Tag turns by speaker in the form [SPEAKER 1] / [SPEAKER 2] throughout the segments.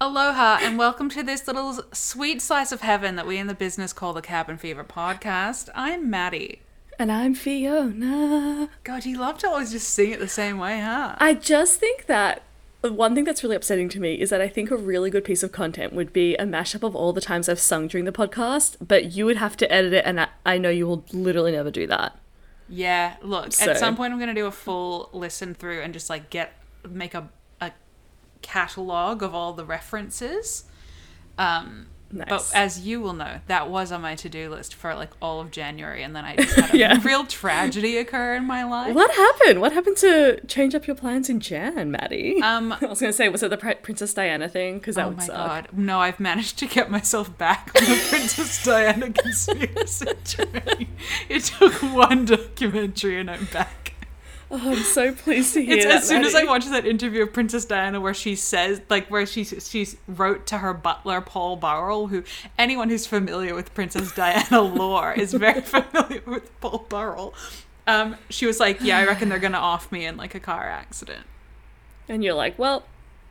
[SPEAKER 1] Aloha and welcome to this little sweet slice of heaven that we in the business call the Cabin Fever podcast. I'm Maddie.
[SPEAKER 2] And I'm Fiona.
[SPEAKER 1] God, you love to always just sing it the same way, huh?
[SPEAKER 2] I just think that the one thing that's really upsetting to me is that I think a really good piece of content would be a mashup of all the times I've sung during the podcast, but you would have to edit it, and I, I know you will literally never do that.
[SPEAKER 1] Yeah, look,
[SPEAKER 2] So-
[SPEAKER 1] at some point I'm going to do a full listen through and just like get make a a catalog of all the references. Um
[SPEAKER 2] Nice.
[SPEAKER 1] But as you will know, that was on my to-do list for like all of January, and then I just had a
[SPEAKER 2] Yeah.
[SPEAKER 1] real tragedy occur in my life.
[SPEAKER 2] what happened? What happened to change up your plans in Jan, Maddie?
[SPEAKER 1] Um,
[SPEAKER 2] I was gonna say, was it the Pri- Princess Diana thing? Because that
[SPEAKER 1] oh
[SPEAKER 2] would
[SPEAKER 1] my
[SPEAKER 2] suck.
[SPEAKER 1] god! No, I've managed to get myself back on the Princess Diana conspiracy journey. It took one documentary, and I'm back.
[SPEAKER 2] Oh, I'm so pleased to hear
[SPEAKER 1] It's
[SPEAKER 2] that,
[SPEAKER 1] as soon as I
[SPEAKER 2] Maddie.
[SPEAKER 1] watched that interview of Princess Diana where she says, like, where she she wrote to her butler Paul Burrell, who anyone who's familiar with Princess Diana lore is very familiar with Paul Burrell. Um, she was like, "Yeah, I reckon they're gonna off me in like a car accident."
[SPEAKER 2] and you're like, well,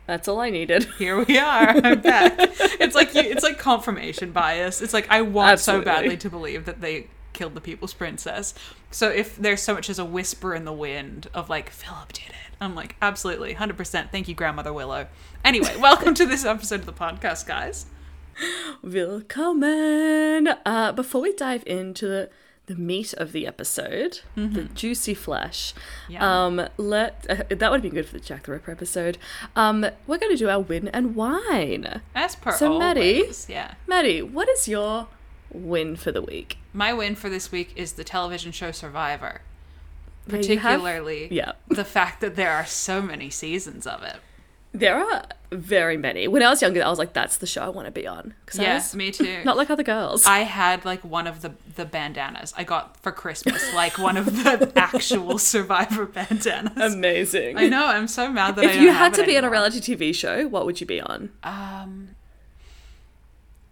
[SPEAKER 2] that's all I needed.
[SPEAKER 1] Here we are. I'm back. it's like you, it's like confirmation bias. It's like I want so
[SPEAKER 2] Absolutely.
[SPEAKER 1] badly to believe that they killed the people's princess. So if there's so much as a whisper in the wind of like Philip did it, I'm like absolutely 100%. Thank you grandmother Willow. Anyway, welcome to this episode of the podcast, guys.
[SPEAKER 2] Willkommen! Uh, before we dive into the, the meat of the episode, the juicy flesh,
[SPEAKER 1] Mm-hmm. Yeah.
[SPEAKER 2] um, let uh, that would have been good for the Jack the Ripper episode. Um, we're going to do our win and wine.
[SPEAKER 1] As per
[SPEAKER 2] so Maddie-
[SPEAKER 1] always, yeah.
[SPEAKER 2] Maddie, what is your win for the week?
[SPEAKER 1] My win for this week is the television show Survivor.
[SPEAKER 2] There you have-
[SPEAKER 1] Particularly
[SPEAKER 2] Yeah.
[SPEAKER 1] the fact that there are so many seasons of it.
[SPEAKER 2] There are very many. When I was younger, I was like, that's the show I want to be on. 'Cause I
[SPEAKER 1] Yes,
[SPEAKER 2] was
[SPEAKER 1] me too.
[SPEAKER 2] Not like other girls.
[SPEAKER 1] I had like one of the the bandanas I got for Christmas, like one of the actual Survivor bandanas.
[SPEAKER 2] Amazing.
[SPEAKER 1] I know. I'm so mad that I
[SPEAKER 2] Um, If
[SPEAKER 1] don't
[SPEAKER 2] you
[SPEAKER 1] have
[SPEAKER 2] had
[SPEAKER 1] it
[SPEAKER 2] to be on a
[SPEAKER 1] anymore.
[SPEAKER 2] reality TV show, what would you be on?
[SPEAKER 1] Um,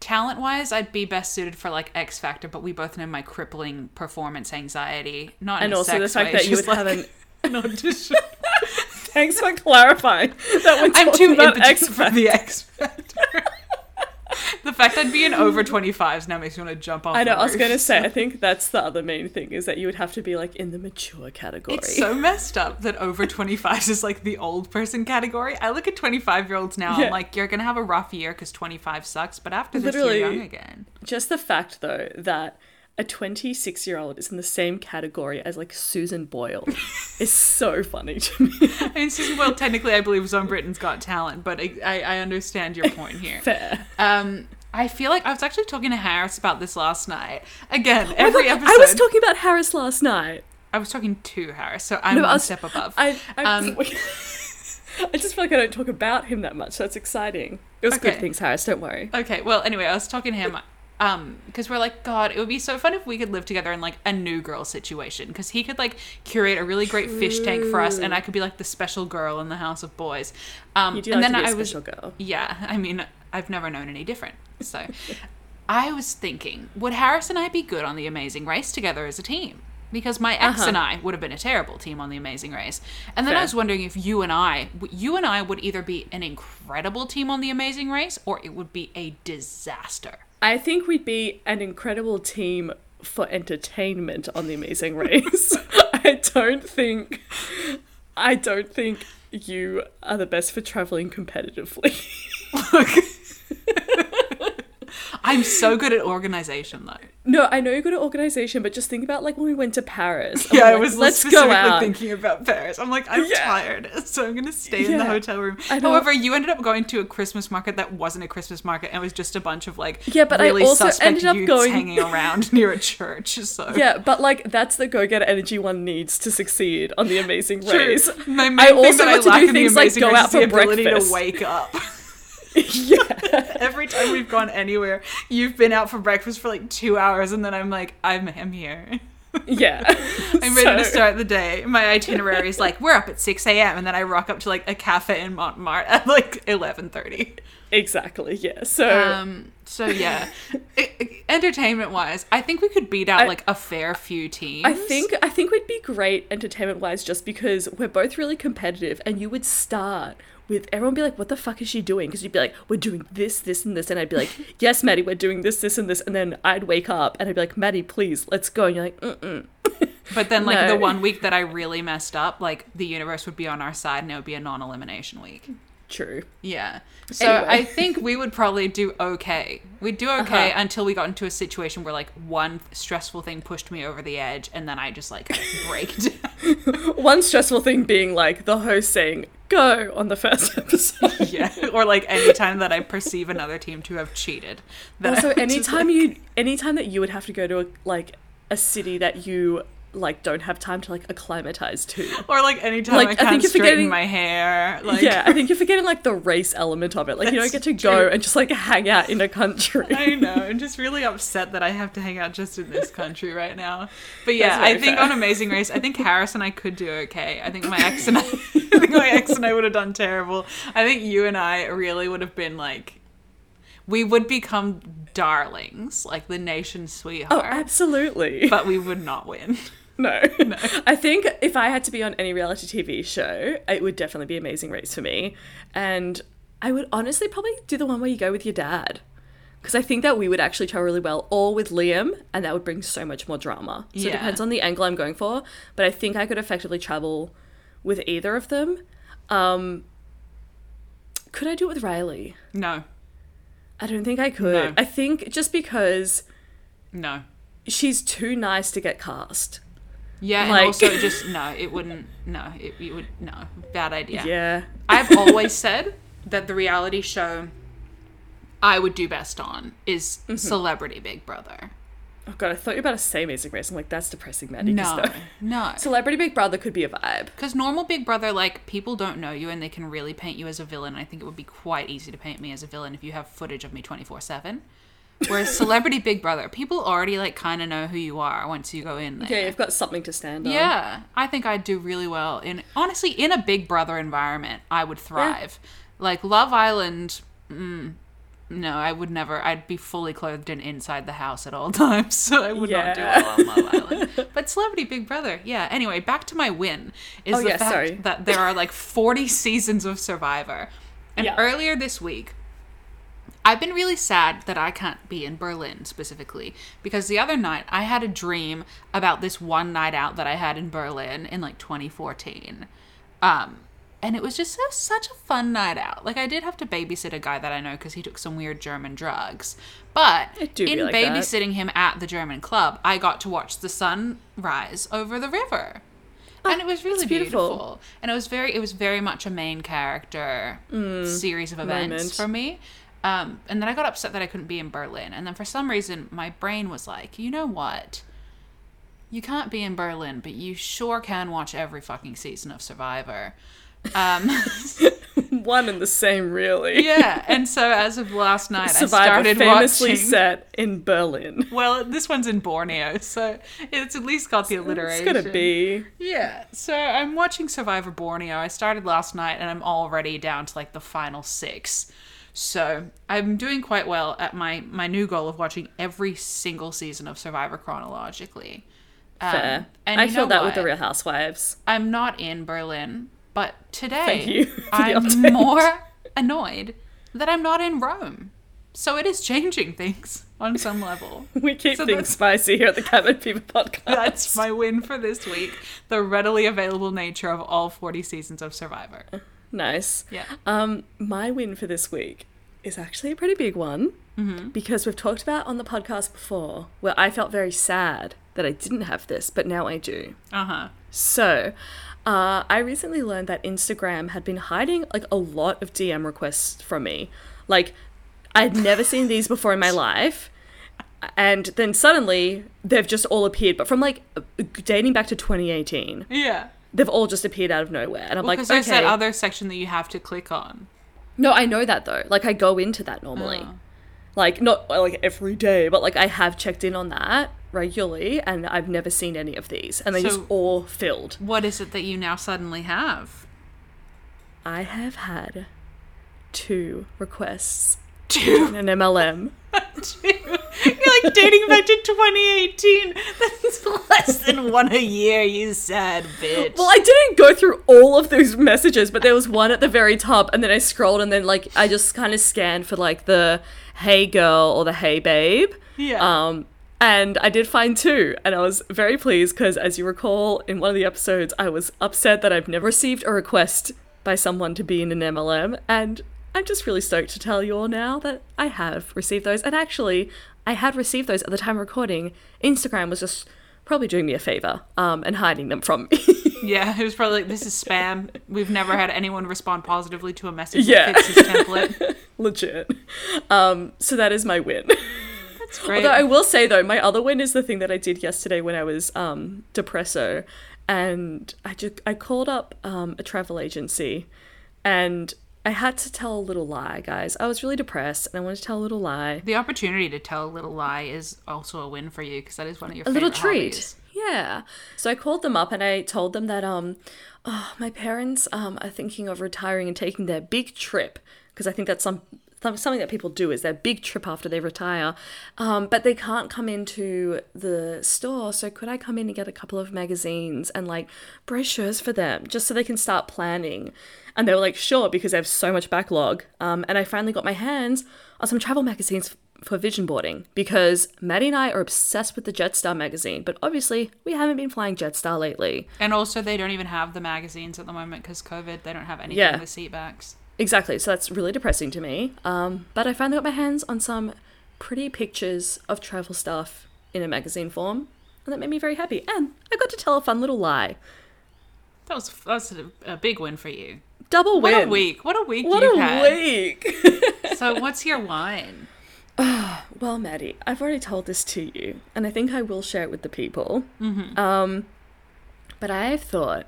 [SPEAKER 1] talent wise, I'd be best suited for like X Factor, but we both know my crippling performance anxiety. Not in
[SPEAKER 2] And
[SPEAKER 1] a
[SPEAKER 2] also the
[SPEAKER 1] sex
[SPEAKER 2] fact
[SPEAKER 1] way,
[SPEAKER 2] that you
[SPEAKER 1] just,
[SPEAKER 2] would
[SPEAKER 1] like,
[SPEAKER 2] have an
[SPEAKER 1] an audition.
[SPEAKER 2] Thanks for clarifying that we're
[SPEAKER 1] I'm
[SPEAKER 2] talking
[SPEAKER 1] too
[SPEAKER 2] about
[SPEAKER 1] impotent
[SPEAKER 2] X.
[SPEAKER 1] for the X Factor. the fact I'd be an over 25s now makes me want to jump off.
[SPEAKER 2] I know.
[SPEAKER 1] the
[SPEAKER 2] I was
[SPEAKER 1] roof.
[SPEAKER 2] going to say. I think that's the other main thing is that you would have to be like in the mature category.
[SPEAKER 1] It's so messed up that over 25s is like the old person category. I look at 25 year olds now,
[SPEAKER 2] Yeah.
[SPEAKER 1] I'm like, you're going to have a rough year because 25 sucks, but after this,
[SPEAKER 2] Literally.
[SPEAKER 1] you're young again.
[SPEAKER 2] Just the fact, though, that a 26 year old is in the same category as like Susan Boyle is so funny to me.
[SPEAKER 1] I mean, Susan Boyle, technically, I believe, was on Britain's Got Talent, but I, I, I understand your point here.
[SPEAKER 2] Fair.
[SPEAKER 1] Um, I feel like I was actually talking to Harris about this last night. Again, every
[SPEAKER 2] Oh I thought-
[SPEAKER 1] episode.
[SPEAKER 2] I was talking about Harris last night.
[SPEAKER 1] talking to Harris, so I'm
[SPEAKER 2] No, I
[SPEAKER 1] one
[SPEAKER 2] was-
[SPEAKER 1] step above.
[SPEAKER 2] I I,
[SPEAKER 1] Um,
[SPEAKER 2] I just feel like I don't talk about him that much. So that's exciting. It was
[SPEAKER 1] Okay.
[SPEAKER 2] good things, Harris. Don't worry.
[SPEAKER 1] Okay. Well, anyway, I was talking to him um because we're like god it would be so fun if we could live together in like a new girl situation because he could like curate a really great fish tank for us and i could be like the special girl in the house of boys um
[SPEAKER 2] You do
[SPEAKER 1] and
[SPEAKER 2] like
[SPEAKER 1] then
[SPEAKER 2] to be a
[SPEAKER 1] i was
[SPEAKER 2] special girl.
[SPEAKER 1] yeah i mean i've never known any different so i was thinking would harris and i be good on the amazing race together as a team because my ex
[SPEAKER 2] Uh-huh.
[SPEAKER 1] and i would have been a terrible team on the amazing race and then i
[SPEAKER 2] Fair.
[SPEAKER 1] was wondering if you and i you and i would either be an incredible team on the amazing race or it would be a disaster
[SPEAKER 2] I think we'd be an incredible team for entertainment on The Amazing Race. I don't think, I don't think you are the best for traveling competitively.
[SPEAKER 1] i'm so good at organization though
[SPEAKER 2] No, I know you're good at organization, but just think about like when we went to Paris. and
[SPEAKER 1] Yeah,
[SPEAKER 2] we're
[SPEAKER 1] I
[SPEAKER 2] like,
[SPEAKER 1] was
[SPEAKER 2] Let's go
[SPEAKER 1] specifically
[SPEAKER 2] out.
[SPEAKER 1] thinking about Paris. I'm like, I'm
[SPEAKER 2] Yeah.
[SPEAKER 1] tired, so I'm gonna stay in the
[SPEAKER 2] Yeah.
[SPEAKER 1] hotel room.
[SPEAKER 2] I know.
[SPEAKER 1] However, you ended up going to a Christmas market that wasn't a Christmas market and was just a bunch of like
[SPEAKER 2] Yeah, but I
[SPEAKER 1] really
[SPEAKER 2] also
[SPEAKER 1] suspect
[SPEAKER 2] ended up
[SPEAKER 1] youths
[SPEAKER 2] going-
[SPEAKER 1] hanging around near a church. So
[SPEAKER 2] Yeah, but like that's the go-getter energy one needs to succeed on The Amazing
[SPEAKER 1] True.
[SPEAKER 2] Race.
[SPEAKER 1] My main
[SPEAKER 2] I
[SPEAKER 1] thing
[SPEAKER 2] also
[SPEAKER 1] that I
[SPEAKER 2] want to
[SPEAKER 1] lack
[SPEAKER 2] do
[SPEAKER 1] in the
[SPEAKER 2] things like
[SPEAKER 1] Amazing
[SPEAKER 2] go
[SPEAKER 1] Race
[SPEAKER 2] out
[SPEAKER 1] is the
[SPEAKER 2] for
[SPEAKER 1] ability to
[SPEAKER 2] breakfast.
[SPEAKER 1] wake up.
[SPEAKER 2] yeah.
[SPEAKER 1] Every time we've gone anywhere, you've been out for breakfast for like two hours, and then I'm like, I'm, I'm here.
[SPEAKER 2] Yeah.
[SPEAKER 1] I'm ready to
[SPEAKER 2] So-
[SPEAKER 1] start the day. My itinerary is like we're up at 6 a.m. and then I rock up to like a cafe in Montmartre at like 11:30.
[SPEAKER 2] Exactly, yeah. So
[SPEAKER 1] Um, so yeah, I- I- entertainment-wise, I think we could beat out
[SPEAKER 2] I-
[SPEAKER 1] like a fair few teams.
[SPEAKER 2] I think I think we'd be great entertainment wise just because we're both really competitive and you would start with everyone be like, "What the fuck is she doing?" Because you'd be like, "We're doing this, this, and this," and I'd be like, "Yes, Maddie, we're doing this, this, and this," and then I'd wake up and I'd be like, "Maddie, please, let's go," and you're like, "Mm, "Mm-mm."
[SPEAKER 1] But then, like
[SPEAKER 2] No.
[SPEAKER 1] the one week that I really messed up, like the universe would be on our side, and it would be a non-elimination week.
[SPEAKER 2] True.
[SPEAKER 1] Yeah. So
[SPEAKER 2] Anyway.
[SPEAKER 1] I think we would probably do okay. We'd do okay
[SPEAKER 2] Uh-huh.
[SPEAKER 1] until we got into a situation where like one stressful thing pushed me over the edge, and then I just like braked.
[SPEAKER 2] One stressful thing being like the host saying "go" on the first episode.
[SPEAKER 1] yeah. Or like anytime that I perceive another team to have cheated. That
[SPEAKER 2] also,
[SPEAKER 1] I'm just
[SPEAKER 2] anytime
[SPEAKER 1] like-
[SPEAKER 2] you, anytime that you would have to go to a, like a city that you like don't have time to like acclimatize to.
[SPEAKER 1] or like anytime
[SPEAKER 2] Like,
[SPEAKER 1] I
[SPEAKER 2] I
[SPEAKER 1] can't
[SPEAKER 2] think you're
[SPEAKER 1] straighten
[SPEAKER 2] forgetting-
[SPEAKER 1] my hair. Like,
[SPEAKER 2] yeah, I think you're forgetting like the race element of it. Like you don't
[SPEAKER 1] That's
[SPEAKER 2] get to go and just like hang out in a country.
[SPEAKER 1] I know. I'm just really upset that I have to hang out just in this country right now. But yeah,
[SPEAKER 2] That's
[SPEAKER 1] I
[SPEAKER 2] very
[SPEAKER 1] think
[SPEAKER 2] fair.
[SPEAKER 1] on Amazing Race, I think Harris and I could do okay. I think my ex and I, I think my ex and I would have done terrible. I think you and I really would have been like, we would become darlings, like the nation's
[SPEAKER 2] Oh,
[SPEAKER 1] sweetheart.
[SPEAKER 2] absolutely.
[SPEAKER 1] but we would not win.
[SPEAKER 2] no. I think if I had to be on any reality TV show, it would definitely be Amazing Race for me. And I would honestly probably do the one where you go with your dad. Because I think that we would actually travel really well, or with Liam, and that would bring so much more drama. So
[SPEAKER 1] Yeah.
[SPEAKER 2] it depends on the angle I'm going for. But I think I could effectively travel with either of them. Um, could I do it with Riley?
[SPEAKER 1] No,
[SPEAKER 2] I don't think I
[SPEAKER 1] No.
[SPEAKER 2] could. I think just because
[SPEAKER 1] no.
[SPEAKER 2] she's too nice to get cast.
[SPEAKER 1] Yeah, and
[SPEAKER 2] Like-
[SPEAKER 1] also just no, it wouldn't. No, it, it would no. Bad idea.
[SPEAKER 2] Yeah.
[SPEAKER 1] I've always said that the reality show I would do best on is
[SPEAKER 2] Mm-hmm.
[SPEAKER 1] Celebrity Big Brother.
[SPEAKER 2] Oh god, I thought you were about to say Amazing Race. I'm like, that's depressing, Maddie. 'cause
[SPEAKER 1] No,
[SPEAKER 2] the-
[SPEAKER 1] no.
[SPEAKER 2] Celebrity Big Brother could be a vibe.
[SPEAKER 1] Because normal Big Brother, like, people don't know you and they can really paint you as a villain. I think it would be quite easy to paint me as a villain if you have footage of me 24 7. Whereas Celebrity Big Brother, people already, like, kind of know who you are once you go in there.
[SPEAKER 2] Yeah, you've got something to stand on.
[SPEAKER 1] Yeah, I think I'd do really well in honestly in a Big Brother environment. I would thrive. Like Love Island, mm, no, I would never. I'd be fully clothed and inside the house at all times, so I would not do
[SPEAKER 2] Yeah.
[SPEAKER 1] well on Love Island. But Celebrity Big Brother, yeah. Anyway, back to my win is
[SPEAKER 2] Oh,
[SPEAKER 1] the
[SPEAKER 2] yeah,
[SPEAKER 1] fact
[SPEAKER 2] sorry.
[SPEAKER 1] that there are like forty seasons of Survivor, and
[SPEAKER 2] Yeah.
[SPEAKER 1] earlier this week. I've been really sad that I can't be in Berlin specifically because the other night I had a dream about this one night out that I had in Berlin in like 2014. Um, and it was just so, such a fun night out. Like I did have to babysit a guy that I know because he took some weird German drugs, but
[SPEAKER 2] It do be
[SPEAKER 1] in
[SPEAKER 2] like that.
[SPEAKER 1] babysitting him at the German club, I got to watch the sun rise over the river, and it was really
[SPEAKER 2] Ah, beautiful.
[SPEAKER 1] beautiful people. and it was very it was very much a main character series of events
[SPEAKER 2] Mm. moment.
[SPEAKER 1] for me um, and then i got upset that i couldn't be in berlin and then for some reason my brain was like you know what you can't be in berlin but you sure can watch every fucking season of survivor um,
[SPEAKER 2] One and the same, really.
[SPEAKER 1] yeah and so as of last night i
[SPEAKER 2] Survivor
[SPEAKER 1] started
[SPEAKER 2] famously
[SPEAKER 1] watching
[SPEAKER 2] set in Berlin.
[SPEAKER 1] well this one's in borneo so it's at least got the
[SPEAKER 2] It's
[SPEAKER 1] alliteration
[SPEAKER 2] gonna be.
[SPEAKER 1] Yeah, so I'm watching Survivor Borneo. I started last night and I'm already down to like the final six. So I'm doing quite well at my my new goal of watching every single season of Survivor chronologically. Um,
[SPEAKER 2] Fair.
[SPEAKER 1] and
[SPEAKER 2] I
[SPEAKER 1] you
[SPEAKER 2] feel
[SPEAKER 1] know
[SPEAKER 2] that with
[SPEAKER 1] what?
[SPEAKER 2] the Real Housewives.
[SPEAKER 1] I'm not in Berlin, but today
[SPEAKER 2] Thank you for the
[SPEAKER 1] I'm
[SPEAKER 2] update.
[SPEAKER 1] more annoyed that I'm not in Rome. So it is changing things on some level.
[SPEAKER 2] We keep
[SPEAKER 1] So
[SPEAKER 2] things
[SPEAKER 1] that's-
[SPEAKER 2] spicy here at the Cabin Fever podcast.
[SPEAKER 1] That's my win for this week. The readily available nature of all 40 seasons of Survivor.
[SPEAKER 2] nice.
[SPEAKER 1] Yeah.
[SPEAKER 2] Um, my win for this week is actually a pretty big one because we've talked about on the podcast before where I felt very sad that I didn't have this, but now I do.
[SPEAKER 1] Uh huh.
[SPEAKER 2] So, uh, I recently learned that Instagram had been hiding like a lot of DM requests from me. Like, I'd never seen these before in my life. And then suddenly they've just all appeared, but from like dating back to 2018,
[SPEAKER 1] Yeah.
[SPEAKER 2] they've all just appeared out of nowhere. And I'm like,
[SPEAKER 1] Because
[SPEAKER 2] okay.
[SPEAKER 1] there's that other section that you have to click on.
[SPEAKER 2] No, I know that though. Like I go into that normally.
[SPEAKER 1] Oh.
[SPEAKER 2] Like not like every day, but like I have checked in on that regularly and I've never seen any of these. And they just
[SPEAKER 1] So-
[SPEAKER 2] all filled.
[SPEAKER 1] What is it that you now suddenly have?
[SPEAKER 2] I have had two requests
[SPEAKER 1] to
[SPEAKER 2] in an MLM.
[SPEAKER 1] You're like dating back to 2018. That's less than one a year, you sad bitch.
[SPEAKER 2] Well, I didn't go through all of those messages, but there was one at the very top, and then I scrolled, and then like I just kind of scanned for like the "Hey girl" or the "Hey babe."
[SPEAKER 1] Yeah.
[SPEAKER 2] Um, and I did find two, and I was very pleased because, as you recall, in one of the episodes, I was upset that I've never received a request by someone to be in an MLM, and I'm just really stoked to tell you all now that I have received those. And actually, I had received those at the time of recording. Instagram was just probably doing me a favor um, and hiding them from me.
[SPEAKER 1] yeah, it was probably like, this is spam. We've never had anyone respond positively to a message
[SPEAKER 2] Yeah.
[SPEAKER 1] that fits this template.
[SPEAKER 2] legit. Um, so that is my win.
[SPEAKER 1] It's great.
[SPEAKER 2] Although I will say though, my other win is the thing that I did yesterday when I was um, depresso, and I just I called up um, a travel agency, and I had to tell a little lie, guys. I was really depressed, and I wanted to tell a little lie,
[SPEAKER 1] the opportunity to tell a little lie is also a win for you because that is one of your
[SPEAKER 2] a little treat.
[SPEAKER 1] hobbies.
[SPEAKER 2] Yeah. So I called them up and I told them that um, oh, my parents um are thinking of retiring and taking their big trip because I think that's some some- something that people do is their big trip after they retire. Um, but they can't come into the store, so could I come in and get a couple of magazines and like brochures for them just so they can start planning? And they were like, sure, because they have so much backlog. Um, and I finally got my hands on some travel magazines for vision boarding because Maddie and I are obsessed with the Jetstar magazine, but obviously we haven't been flying Jetstar lately.
[SPEAKER 1] And also, they don't even have the magazines at the moment because COVID. They don't have anything
[SPEAKER 2] Yeah.
[SPEAKER 1] with seatbacks.
[SPEAKER 2] Exactly. So that's really depressing to me. Um, but I finally got my hands on some pretty pictures of travel stuff in a magazine form, and that made me very happy. And I got to tell a fun little lie.
[SPEAKER 1] That was that's a, a big win for you.
[SPEAKER 2] Double win.
[SPEAKER 1] What a week! What a week!
[SPEAKER 2] What
[SPEAKER 1] you've
[SPEAKER 2] a
[SPEAKER 1] had.
[SPEAKER 2] week.
[SPEAKER 1] So, what's your wine?
[SPEAKER 2] well, Maddie, I've already told this to you, and I think I will share it with the people. Um,
[SPEAKER 1] Mm-hmm.
[SPEAKER 2] but I have thought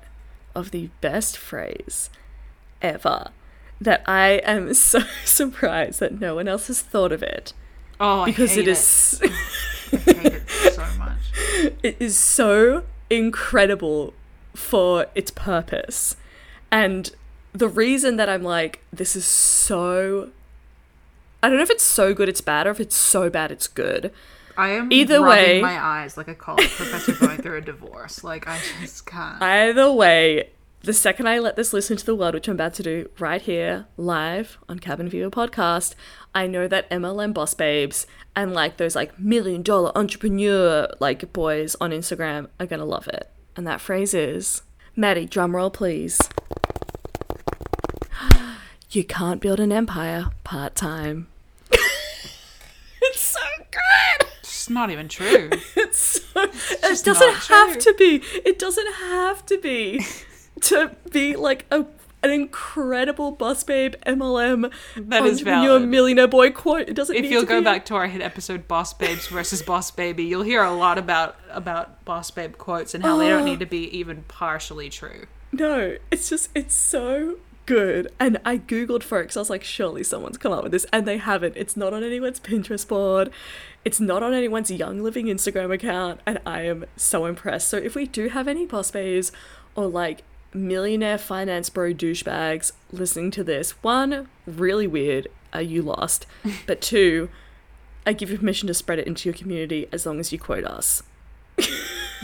[SPEAKER 2] of the best phrase ever that I am so surprised that no one else has thought of it
[SPEAKER 1] Oh,
[SPEAKER 2] because
[SPEAKER 1] I hate
[SPEAKER 2] it is.
[SPEAKER 1] I hate it so much.
[SPEAKER 2] it is so incredible for its purpose. And the reason that I'm like, this is so. I don't know if it's so good it's bad or if it's so bad it's good.
[SPEAKER 1] I am
[SPEAKER 2] Either
[SPEAKER 1] rubbing
[SPEAKER 2] way-
[SPEAKER 1] my eyes like a college professor going through a divorce. Like I just can't.
[SPEAKER 2] Either way, the second I let this listen to the world, which I'm about to do right here, live on Cabin Fever Podcast, I know that MLM boss babes and like those like million dollar entrepreneur like boys on Instagram are gonna love it. And that phrase is Maddie, drumroll please. You can't build an empire part time. it's so good!
[SPEAKER 1] It's not even true.
[SPEAKER 2] It's so, it
[SPEAKER 1] just
[SPEAKER 2] doesn't
[SPEAKER 1] not
[SPEAKER 2] have
[SPEAKER 1] true.
[SPEAKER 2] to be. It doesn't have to be to be like a an incredible boss babe MLM
[SPEAKER 1] That is
[SPEAKER 2] entrepreneur
[SPEAKER 1] valid.
[SPEAKER 2] millionaire boy quote. It doesn't.
[SPEAKER 1] If
[SPEAKER 2] need
[SPEAKER 1] you'll
[SPEAKER 2] to
[SPEAKER 1] go
[SPEAKER 2] be-
[SPEAKER 1] back to our hit episode Boss Babes versus Boss Baby, you'll hear a lot about about Boss Babe quotes and how they don't need to be even partially true.
[SPEAKER 2] no, it's just it's so good. And I googled for it because I was like, surely someone's come up with this, and they haven't. It's not on anyone's Pinterest board. It's not on anyone's Young Living Instagram account, and I am so impressed. So if we do have any boss babes or like millionaire finance bro douchebags listening to this, one, really weird, are you lost? But two, I give you permission to spread it into your community as long as you quote us.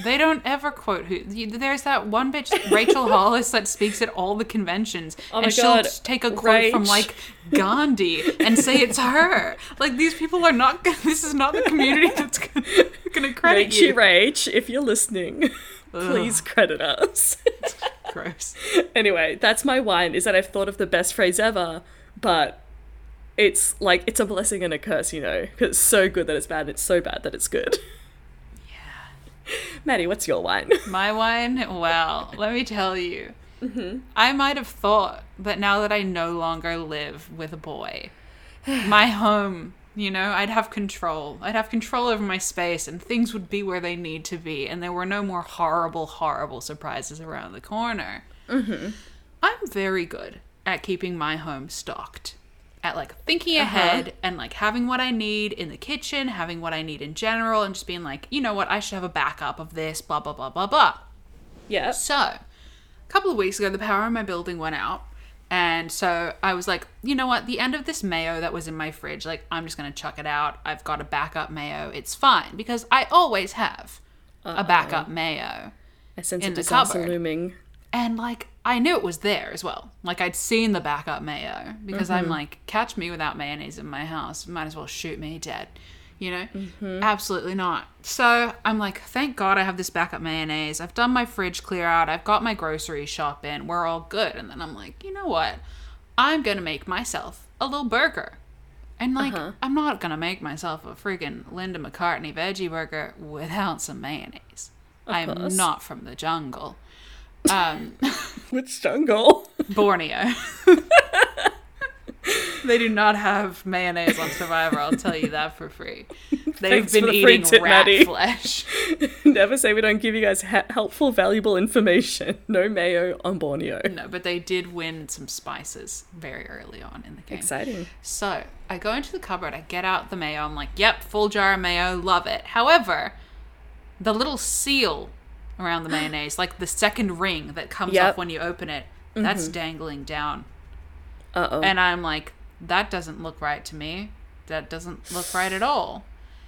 [SPEAKER 1] They don't ever quote who. you- There's that one bitch, Rachel Hollis, that speaks at all the conventions,
[SPEAKER 2] Oh my
[SPEAKER 1] and she'll
[SPEAKER 2] God,
[SPEAKER 1] just take a quote from
[SPEAKER 2] Rach.
[SPEAKER 1] like Gandhi and say it's her. Like these people are not. gonna- This is not the community that's gonna, gonna credit
[SPEAKER 2] Rachy
[SPEAKER 1] you.
[SPEAKER 2] Rach, if you're listening, please credit us.
[SPEAKER 1] Gross.
[SPEAKER 2] anyway, that's my wine is that I've thought of the best phrase ever, but it's like it's a blessing and a curse, you know, because it's so good that it's bad, and it's so bad that it's good. Yeah. Maddie, what's your wine?
[SPEAKER 1] My wine? Well, let me tell you. I might have thought that now that I no longer live with a boy, my home, you know, I'd have control. I'd have control over my space and things would be where they need to be. And there were no more horrible, horrible surprises around the corner. I'm very good at keeping my home stocked. At like thinking ahead and like having what I need in the kitchen, having what I need in general, and just being like, you know what, I should have a backup of this, blah, blah, blah, blah, blah.
[SPEAKER 2] Yes.
[SPEAKER 1] So, a couple of weeks ago, the power in my building went out, And so I was like, you know what? The end of this mayo that was in my fridge, like, I'm just going to chuck it out. I've got a backup mayo. It's fine because I always have a backup mayo.
[SPEAKER 2] I sense
[SPEAKER 1] In
[SPEAKER 2] a
[SPEAKER 1] the
[SPEAKER 2] disaster
[SPEAKER 1] cupboard.
[SPEAKER 2] looming.
[SPEAKER 1] And like, I knew it was there as well. Like, I'd seen the backup mayo because I'm like, catch me without mayonnaise in my house. Might as well shoot me dead. You know? Absolutely not. So I'm like, thank God I have this backup mayonnaise. I've done my fridge clear out. I've got my grocery shop in. We're all good. And then I'm like, you know what? I'm going to make myself a little burger. And like, I'm not going to make myself a freaking Linda McCartney veggie burger without some mayonnaise. I'm
[SPEAKER 2] course.
[SPEAKER 1] not from the jungle. Um,
[SPEAKER 2] Which jungle?
[SPEAKER 1] Borneo. they do not have mayonnaise on Survivor. I'll tell you that for free. They've
[SPEAKER 2] Thanks
[SPEAKER 1] been
[SPEAKER 2] for the free
[SPEAKER 1] eating
[SPEAKER 2] tip,
[SPEAKER 1] rat
[SPEAKER 2] Maddie.
[SPEAKER 1] flesh.
[SPEAKER 2] Never say we don't give you guys ha- helpful, valuable information. No mayo on Borneo.
[SPEAKER 1] No, but they did win some spices very early on in the game.
[SPEAKER 2] Exciting.
[SPEAKER 1] So I go into the cupboard, I get out the mayo, I'm like, yep, full jar of mayo, love it. However, the little seal around the mayonnaise, like the second ring that comes
[SPEAKER 2] Yep. Mm-hmm.
[SPEAKER 1] off when you open it, that's dangling down.
[SPEAKER 2] Uh oh.
[SPEAKER 1] And I'm like, that doesn't look right to me. That doesn't look right at all.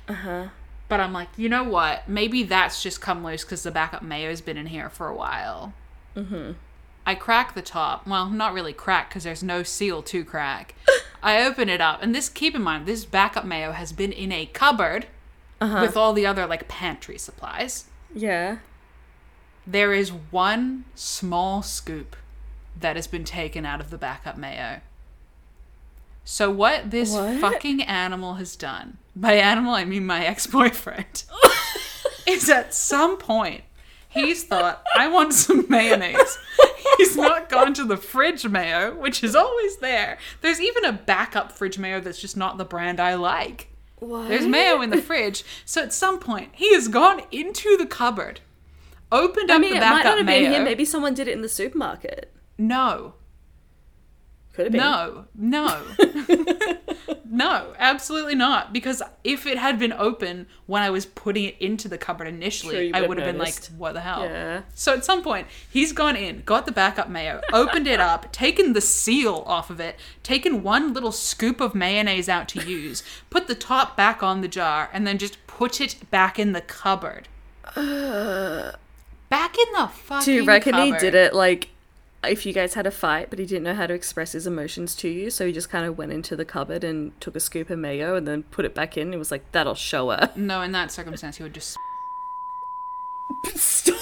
[SPEAKER 2] Uh huh.
[SPEAKER 1] But I'm like, you know what? Maybe that's just come loose because the backup mayo's been in here for a while. I crack the top. Well, not really crack because there's no seal to crack. I open it up, and this keep in mind, this backup mayo has been in a cupboard with all the other like pantry supplies.
[SPEAKER 2] Yeah.
[SPEAKER 1] There is one small scoop that has been taken out of the backup mayo. So what this
[SPEAKER 2] What?
[SPEAKER 1] fucking animal has done, by animal I mean my ex-boyfriend, is at some point he's thought, I want some mayonnaise. He's not gone to the fridge mayo, which is always there. There's even a backup fridge mayo that's just not the brand I like.
[SPEAKER 2] What?
[SPEAKER 1] There's mayo in the fridge. So at some point, he has gone into the cupboard, opened up
[SPEAKER 2] I mean,
[SPEAKER 1] the
[SPEAKER 2] it might
[SPEAKER 1] backup
[SPEAKER 2] not have
[SPEAKER 1] mayo.
[SPEAKER 2] been here. Maybe someone did it in the supermarket.
[SPEAKER 1] No,
[SPEAKER 2] Could have been.
[SPEAKER 1] no, no, no, absolutely not. Because if it had been open when I was putting it into the cupboard
[SPEAKER 2] Sure,
[SPEAKER 1] initially,
[SPEAKER 2] you
[SPEAKER 1] I
[SPEAKER 2] would've
[SPEAKER 1] would have been like,
[SPEAKER 2] noticed.
[SPEAKER 1] what the hell?
[SPEAKER 2] Yeah.
[SPEAKER 1] So at some point, he's gone in, got the backup mayo, opened it up, taken the seal off of it, taken one little scoop of mayonnaise out to use, put the top back on the jar, and then just put it back in the cupboard. back in the fucking.
[SPEAKER 2] Do you reckon he
[SPEAKER 1] cupboard.
[SPEAKER 2] did it like if you guys had a fight, but he didn't know how to express his emotions to you, so he just kind of went into the cupboard and took a scoop of mayo and then put it back in. It was like that'll show her.
[SPEAKER 1] No, in that circumstance, he would just.
[SPEAKER 2] Stop.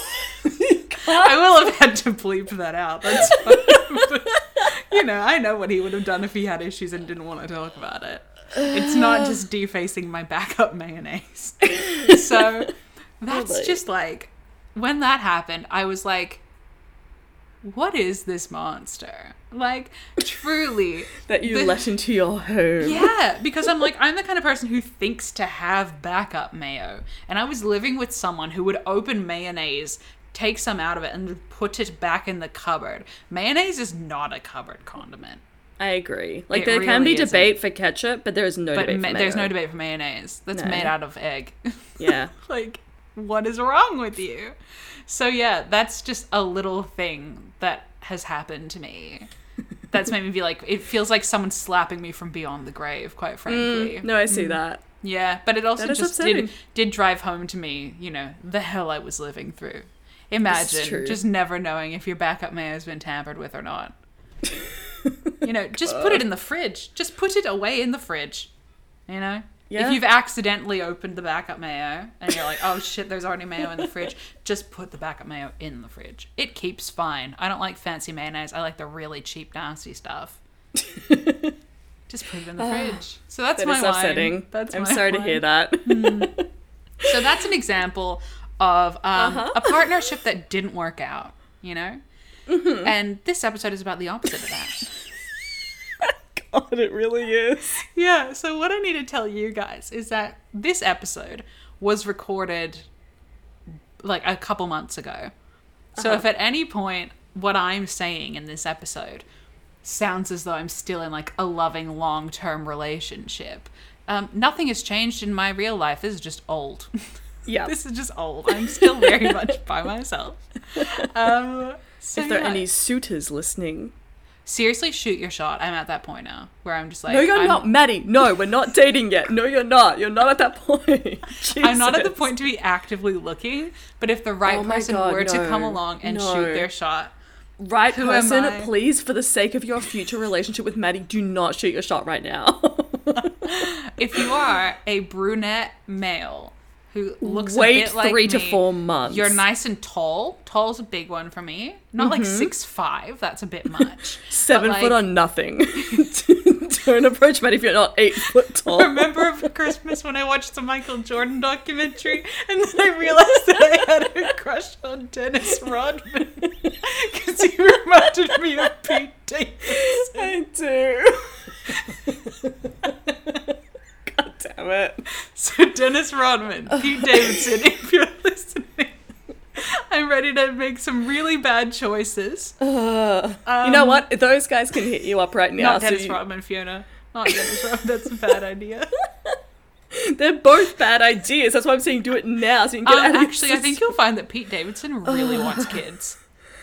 [SPEAKER 1] I will have had to bleep that out. That's fine. you know, I know what he would have done if he had issues and didn't want to talk about it. It's not just defacing my backup mayonnaise. so that's
[SPEAKER 2] Totally.
[SPEAKER 1] just like when that happened, I was like, what is this monster? Like, truly.
[SPEAKER 2] that you
[SPEAKER 1] The-
[SPEAKER 2] let into your home.
[SPEAKER 1] Yeah, because I'm like, I'm the kind of person who thinks to have backup mayo. And I was living with someone who would open mayonnaise, take some out of it, and put it back in the cupboard. Mayonnaise is not a cupboard condiment.
[SPEAKER 2] I agree. Like
[SPEAKER 1] It
[SPEAKER 2] there can
[SPEAKER 1] really
[SPEAKER 2] be
[SPEAKER 1] isn't.
[SPEAKER 2] debate for ketchup, but there is no
[SPEAKER 1] But
[SPEAKER 2] debate.
[SPEAKER 1] ma-
[SPEAKER 2] for
[SPEAKER 1] there's no
[SPEAKER 2] mayo.
[SPEAKER 1] debate for mayonnaise. That's
[SPEAKER 2] No.
[SPEAKER 1] made out of egg.
[SPEAKER 2] Yeah.
[SPEAKER 1] like, what is wrong with you? So, yeah, that's just a little thing that has happened to me. That's made me be like, it feels like someone's slapping me from beyond the grave, quite frankly.
[SPEAKER 2] No, I see that.
[SPEAKER 1] Yeah, but it also
[SPEAKER 2] That is
[SPEAKER 1] just did
[SPEAKER 2] upsetting.
[SPEAKER 1] did drive home to me, you know, the hell I was living through.
[SPEAKER 2] true.
[SPEAKER 1] Imagine just never knowing if your backup mayo has been tampered with or not. you know, just put it in the fridge. Just put it away in the fridge. You know?
[SPEAKER 2] Yeah.
[SPEAKER 1] If you've accidentally opened the backup mayo and you're like, oh shit, there's already mayo in the fridge, just put the backup mayo in the fridge. It keeps fine. I don't like fancy mayonnaise. I like the really cheap, nasty stuff. just put it in the fridge. So that's
[SPEAKER 2] That
[SPEAKER 1] my
[SPEAKER 2] is
[SPEAKER 1] line.
[SPEAKER 2] upsetting.
[SPEAKER 1] That's
[SPEAKER 2] I'm
[SPEAKER 1] my
[SPEAKER 2] sorry to hear
[SPEAKER 1] line. Mm.
[SPEAKER 2] that.
[SPEAKER 1] So that's an example of um, a partnership that didn't work out, you know? And this episode is about the opposite of that.
[SPEAKER 2] God, it really is.
[SPEAKER 1] yeah, so what I need to tell you guys is that this episode was recorded like a couple months ago. So if at any point what I'm saying in this episode sounds as though I'm still in like a loving long term relationship, um, nothing has changed in my real life. This is just old.
[SPEAKER 2] Yeah.
[SPEAKER 1] this is just old. I'm still very much by myself. Um, so
[SPEAKER 2] if there are
[SPEAKER 1] yeah.
[SPEAKER 2] any suitors listening,
[SPEAKER 1] seriously shoot your shot. I'm at that point now where I'm just like,
[SPEAKER 2] no, you're
[SPEAKER 1] I'm,
[SPEAKER 2] not, Maddie. No, we're not dating yet. No, you're not. You're not at that point.
[SPEAKER 1] I'm not at the
[SPEAKER 2] Jesus.
[SPEAKER 1] point to be actively looking, but if the right
[SPEAKER 2] Oh my
[SPEAKER 1] person
[SPEAKER 2] God,
[SPEAKER 1] were to come
[SPEAKER 2] no.
[SPEAKER 1] along and
[SPEAKER 2] No.
[SPEAKER 1] shoot their shot,
[SPEAKER 2] Right
[SPEAKER 1] Who am I?
[SPEAKER 2] person, please, for the sake of your future relationship with Maddie, do not shoot your shot right now.
[SPEAKER 1] if you are a brunette male who looks a
[SPEAKER 2] Wait
[SPEAKER 1] bit like
[SPEAKER 2] three to
[SPEAKER 1] me,
[SPEAKER 2] four months. Mm-hmm.
[SPEAKER 1] You're nice and tall. Tall's a big one for me. Not like six five. That's a bit much. But,
[SPEAKER 2] Seven
[SPEAKER 1] like,
[SPEAKER 2] foot on nothing. Don't approach Maddie if you're not eight foot tall.
[SPEAKER 1] remember for Christmas when I watched the Michael Jordan documentary and then I realized that I had a crush on Dennis Rodman because he reminded me of Pete Davidson.
[SPEAKER 2] I do. God damn it.
[SPEAKER 1] So Dennis Rodman,
[SPEAKER 2] Oh.
[SPEAKER 1] Pete Davidson, if you're listening, I'm ready to make some really bad choices.
[SPEAKER 2] Uh, you
[SPEAKER 1] Um,
[SPEAKER 2] know what? Those guys can hit you up right now.
[SPEAKER 1] Not
[SPEAKER 2] so
[SPEAKER 1] Dennis
[SPEAKER 2] you-
[SPEAKER 1] Rodman, Fiona. Not Dennis Rodman. That's a bad idea.
[SPEAKER 2] They're both bad ideas. That's why I'm saying do it now so you can get
[SPEAKER 1] Um,
[SPEAKER 2] out of your
[SPEAKER 1] actually, I think
[SPEAKER 2] system.
[SPEAKER 1] you'll find that Pete Davidson really wants kids.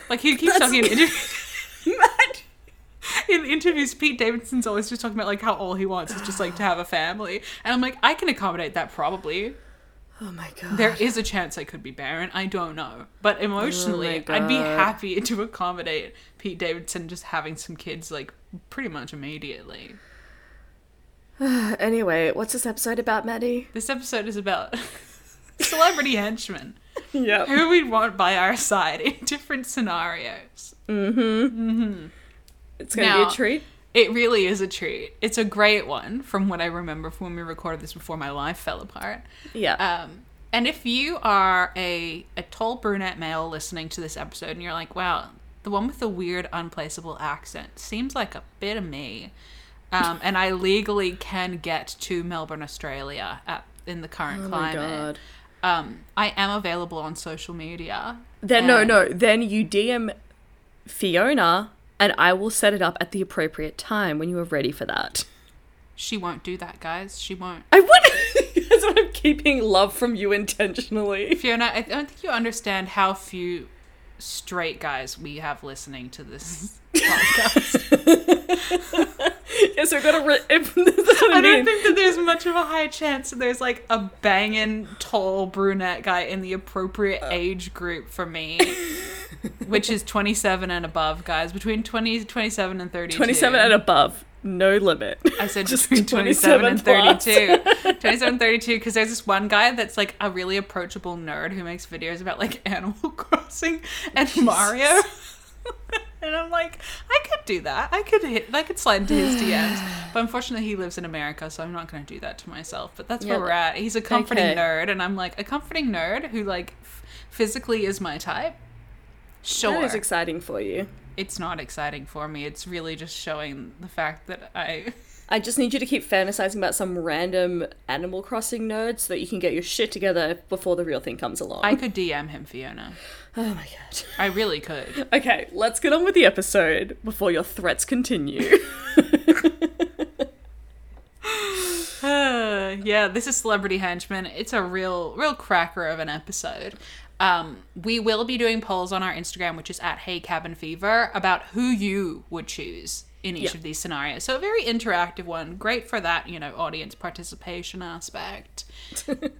[SPEAKER 1] Like he keeps
[SPEAKER 2] Oh. That's-
[SPEAKER 1] talking in interviews. In interviews, Pete Davidson's always just talking about like how all he wants is just like to have a family, and I'm like, I can accommodate that probably.
[SPEAKER 2] Oh my god.
[SPEAKER 1] There is a chance I could be barren. I don't know, but emotionally,
[SPEAKER 2] my
[SPEAKER 1] I'd be
[SPEAKER 2] Oh God.
[SPEAKER 1] happy to accommodate Pete Davidson just having some kids like pretty much immediately.
[SPEAKER 2] Anyway, what's this episode about, Maddie?
[SPEAKER 1] This episode is about celebrity henchmen.
[SPEAKER 2] Yeah.
[SPEAKER 1] who we'd want by our side in different scenarios.
[SPEAKER 2] It's gonna
[SPEAKER 1] Now-
[SPEAKER 2] be a treat.
[SPEAKER 1] It really is a treat. It's a great one from what I remember from when we recorded this before my life fell apart.
[SPEAKER 2] Yeah.
[SPEAKER 1] Um, and if you are a, a tall brunette male listening to this episode and you're like, wow, the one with the weird, unplaceable accent seems like a bit of me. Um, and I legally can get to Melbourne, Australia at, in the current
[SPEAKER 2] oh my
[SPEAKER 1] climate.
[SPEAKER 2] god.
[SPEAKER 1] Um, I am available on social media.
[SPEAKER 2] Then no,
[SPEAKER 1] and-
[SPEAKER 2] no. Then you DM Fiona, and I will set it up at the appropriate time when you are ready for that.
[SPEAKER 1] She won't do that, guys. She won't.
[SPEAKER 2] I would. That's what I'm keeping love from you intentionally.
[SPEAKER 1] Fiona, I don't think you understand how few straight guys we have listening to this podcast.
[SPEAKER 2] Yeah, so I gotta. Re- if, that's what I,
[SPEAKER 1] I don't
[SPEAKER 2] mean.
[SPEAKER 1] think that there's much of a high chance that there's like a banging tall brunette guy in the appropriate
[SPEAKER 2] Uh.
[SPEAKER 1] age group for me, which is 27 and above, guys. Between 20, 27 and 32.
[SPEAKER 2] 27 and above, no limit.
[SPEAKER 1] I said
[SPEAKER 2] Just
[SPEAKER 1] between 27,
[SPEAKER 2] 27
[SPEAKER 1] and
[SPEAKER 2] plus.
[SPEAKER 1] 32. 27 and 32, because there's this one guy that's like a really approachable nerd who makes videos about like Animal Crossing and Mario. and I'm like, I could do that. I could hit, I could slide into his DMs. But unfortunately, he lives in America, so I'm not going to do that to myself. But that's where
[SPEAKER 2] Yeah.
[SPEAKER 1] we're at. He's a comforting
[SPEAKER 2] Okay.
[SPEAKER 1] nerd, and I'm like, a comforting nerd who like f- physically is my type. Sure
[SPEAKER 2] That is exciting for you.
[SPEAKER 1] it's not exciting for me. It's really just showing the fact that I
[SPEAKER 2] I just need you to keep fantasizing about some random Animal Crossing nerd so that you can get your shit together before the real thing comes along.
[SPEAKER 1] I could DM him, Fiona.
[SPEAKER 2] oh my god.
[SPEAKER 1] I really could.
[SPEAKER 2] Okay, let's get on with the episode before your threats continue.
[SPEAKER 1] Uh, yeah, this is Celebrity Henchman. It's a real, real cracker of an episode. Um, we will be doing polls on our Instagram, which is at Hey Cabin Fever, about who you would choose in each
[SPEAKER 2] Yeah.
[SPEAKER 1] of these scenarios. So a very interactive one. Great for that, you know, audience participation aspect.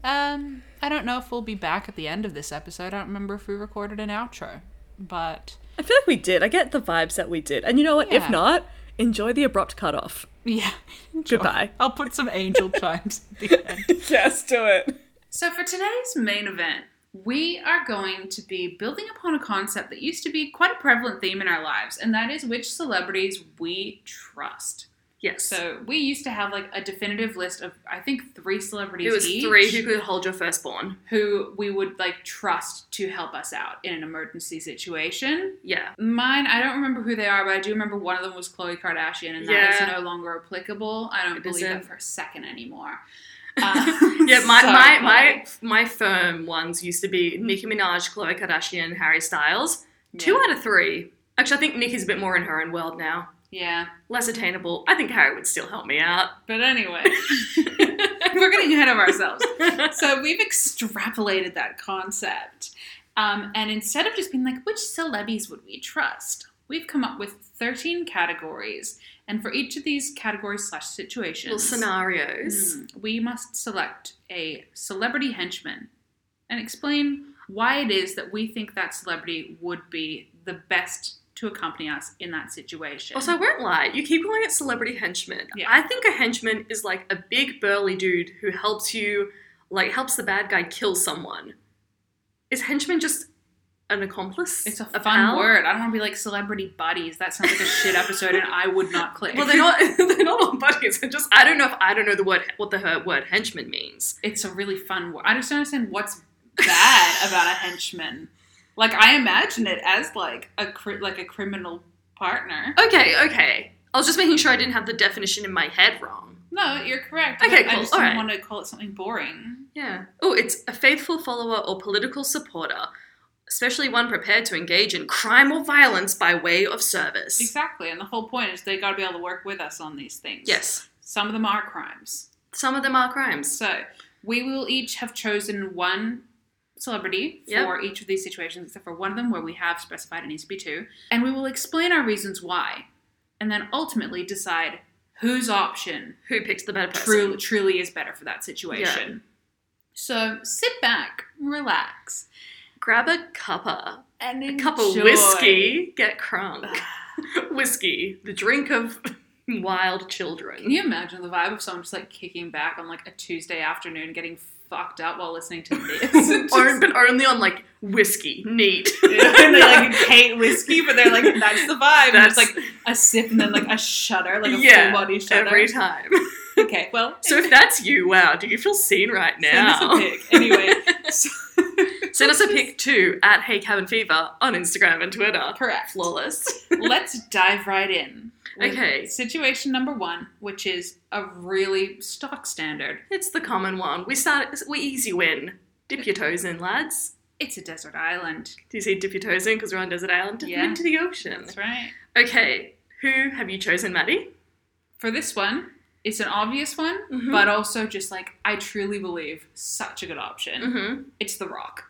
[SPEAKER 1] um, I don't know if we'll be back at the end of this episode. I don't remember if we recorded an outro, but
[SPEAKER 2] I feel like we did. I get the vibes that we did. And you know what?
[SPEAKER 1] Yeah.
[SPEAKER 2] If not, enjoy the abrupt cutoff.
[SPEAKER 1] yeah.
[SPEAKER 2] Goodbye.
[SPEAKER 1] I'll put some angel chimes at the end.
[SPEAKER 2] yes, do it.
[SPEAKER 1] So, for today's main event, we are going to be building upon a concept that used to be quite a prevalent theme in our lives, and that is which celebrities we trust.
[SPEAKER 3] Yes.
[SPEAKER 1] So, we used to have like a definitive list of, I think, three celebrities
[SPEAKER 3] it was
[SPEAKER 1] each
[SPEAKER 3] three who could hold your firstborn.
[SPEAKER 1] who we would like trust to help us out in an emergency situation.
[SPEAKER 3] Yeah.
[SPEAKER 1] Mine, I don't remember who they are, but I do remember one of them was Khloe Kardashian, and that is
[SPEAKER 3] Yeah.
[SPEAKER 1] no longer applicable. I don't
[SPEAKER 3] It
[SPEAKER 1] believe that
[SPEAKER 3] isn't.
[SPEAKER 1] for a second anymore. Uh,
[SPEAKER 3] Yeah, my,
[SPEAKER 1] so
[SPEAKER 3] my,
[SPEAKER 1] Khloe.
[SPEAKER 3] my my firm ones used to be Nicki Minaj, Khloe Kardashian, and Harry Styles. Two
[SPEAKER 1] Yeah.
[SPEAKER 3] out of three. Actually, I think Nicki's a bit more in her own world now.
[SPEAKER 1] Yeah.
[SPEAKER 3] Less attainable. I think Harry would still help me out.
[SPEAKER 1] But anyway, we're getting ahead of ourselves. So we've extrapolated that concept. Um, and instead of just being like, which celebs would we trust? we've come up with 13 categories, and for each of these categories slash
[SPEAKER 4] Little
[SPEAKER 1] situations,
[SPEAKER 4] scenarios.
[SPEAKER 1] mm, we must select a celebrity henchman and explain why it is that we think that celebrity would be the best to accompany us in that situation.
[SPEAKER 4] Also, I won't lie, you keep calling it celebrity henchman.
[SPEAKER 1] Yeah.
[SPEAKER 4] I think a henchman is like a big burly dude who helps you, like, helps the bad guy kill someone. Is henchman just an accomplice?
[SPEAKER 1] It's a, fun
[SPEAKER 4] pal?
[SPEAKER 1] word. I don't want to be like celebrity buddies. That sounds like a shit episode, and I would not click.
[SPEAKER 4] Well, they're not, they're not all buddies. They're just, I don't know if I don't know the word, what the her- word henchman means.
[SPEAKER 1] it's a really fun word. I just don't understand what's bad about a henchman. Like I imagine it as like a cri- like a criminal partner.
[SPEAKER 4] Okay, okay. I was just making sure I didn't have the definition in my head wrong.
[SPEAKER 1] No, you're correct.
[SPEAKER 4] Okay,
[SPEAKER 1] but I
[SPEAKER 4] cool.
[SPEAKER 1] just
[SPEAKER 4] All
[SPEAKER 1] didn't
[SPEAKER 4] right.
[SPEAKER 1] want to call it something boring.
[SPEAKER 4] Yeah. Oh, it's a faithful follower or political supporter, especially one prepared to engage in crime or violence by way of service.
[SPEAKER 1] Exactly, and the whole point is they got to be able to work with us on these things.
[SPEAKER 4] Yes.
[SPEAKER 1] some of them are crimes.
[SPEAKER 4] Some of them are crimes.
[SPEAKER 1] So we will each have chosen one celebrity
[SPEAKER 4] Yep.
[SPEAKER 1] for each of these situations, except for one of them where we have specified it needs to be two, and we will explain our reasons why, and then ultimately decide whose option
[SPEAKER 4] Who picked the better person?
[SPEAKER 1] truly truly is better for that situation. So sit back, relax,
[SPEAKER 4] Grab a cuppa.
[SPEAKER 1] and
[SPEAKER 4] A
[SPEAKER 1] enjoy.
[SPEAKER 4] cup of whiskey. Get crunk. whiskey. The drink of wild
[SPEAKER 1] Can
[SPEAKER 4] children.
[SPEAKER 1] you imagine the vibe of someone just like kicking back on like a Tuesday afternoon, getting fucked up while listening to this? Just-
[SPEAKER 4] Or- but only on like whiskey. Neat.
[SPEAKER 1] and they like hate whiskey, but they're like, that's the vibe. And it's
[SPEAKER 4] That's-
[SPEAKER 1] like a sip and then like a shudder, like a
[SPEAKER 4] Yeah,
[SPEAKER 1] full body shudder.
[SPEAKER 4] Every time.
[SPEAKER 1] Okay, well,
[SPEAKER 4] So if that's you, wow, do you feel seen right
[SPEAKER 1] send us
[SPEAKER 4] now?
[SPEAKER 1] a pic. Anyway, so-
[SPEAKER 4] Send us a pic too at Hey Cabin Fever on Instagram and Twitter.
[SPEAKER 1] correct.
[SPEAKER 4] Flawless.
[SPEAKER 1] let's dive right in. with
[SPEAKER 4] Okay.
[SPEAKER 1] Situation number one, which is a really stock standard.
[SPEAKER 4] It's the common one. We start. We easy win. Dip your toes in, lads.
[SPEAKER 1] It's a desert island.
[SPEAKER 4] Do you see dip your toes in because we're on desert island? Dip them
[SPEAKER 1] Yeah.
[SPEAKER 4] into the ocean.
[SPEAKER 1] That's right.
[SPEAKER 4] Okay, who have you chosen, Maddie?
[SPEAKER 1] For this one, it's an obvious one,
[SPEAKER 4] Mhm.
[SPEAKER 1] but also just like I truly believe such a good option.
[SPEAKER 4] Mm-hmm.
[SPEAKER 1] It's The Rock.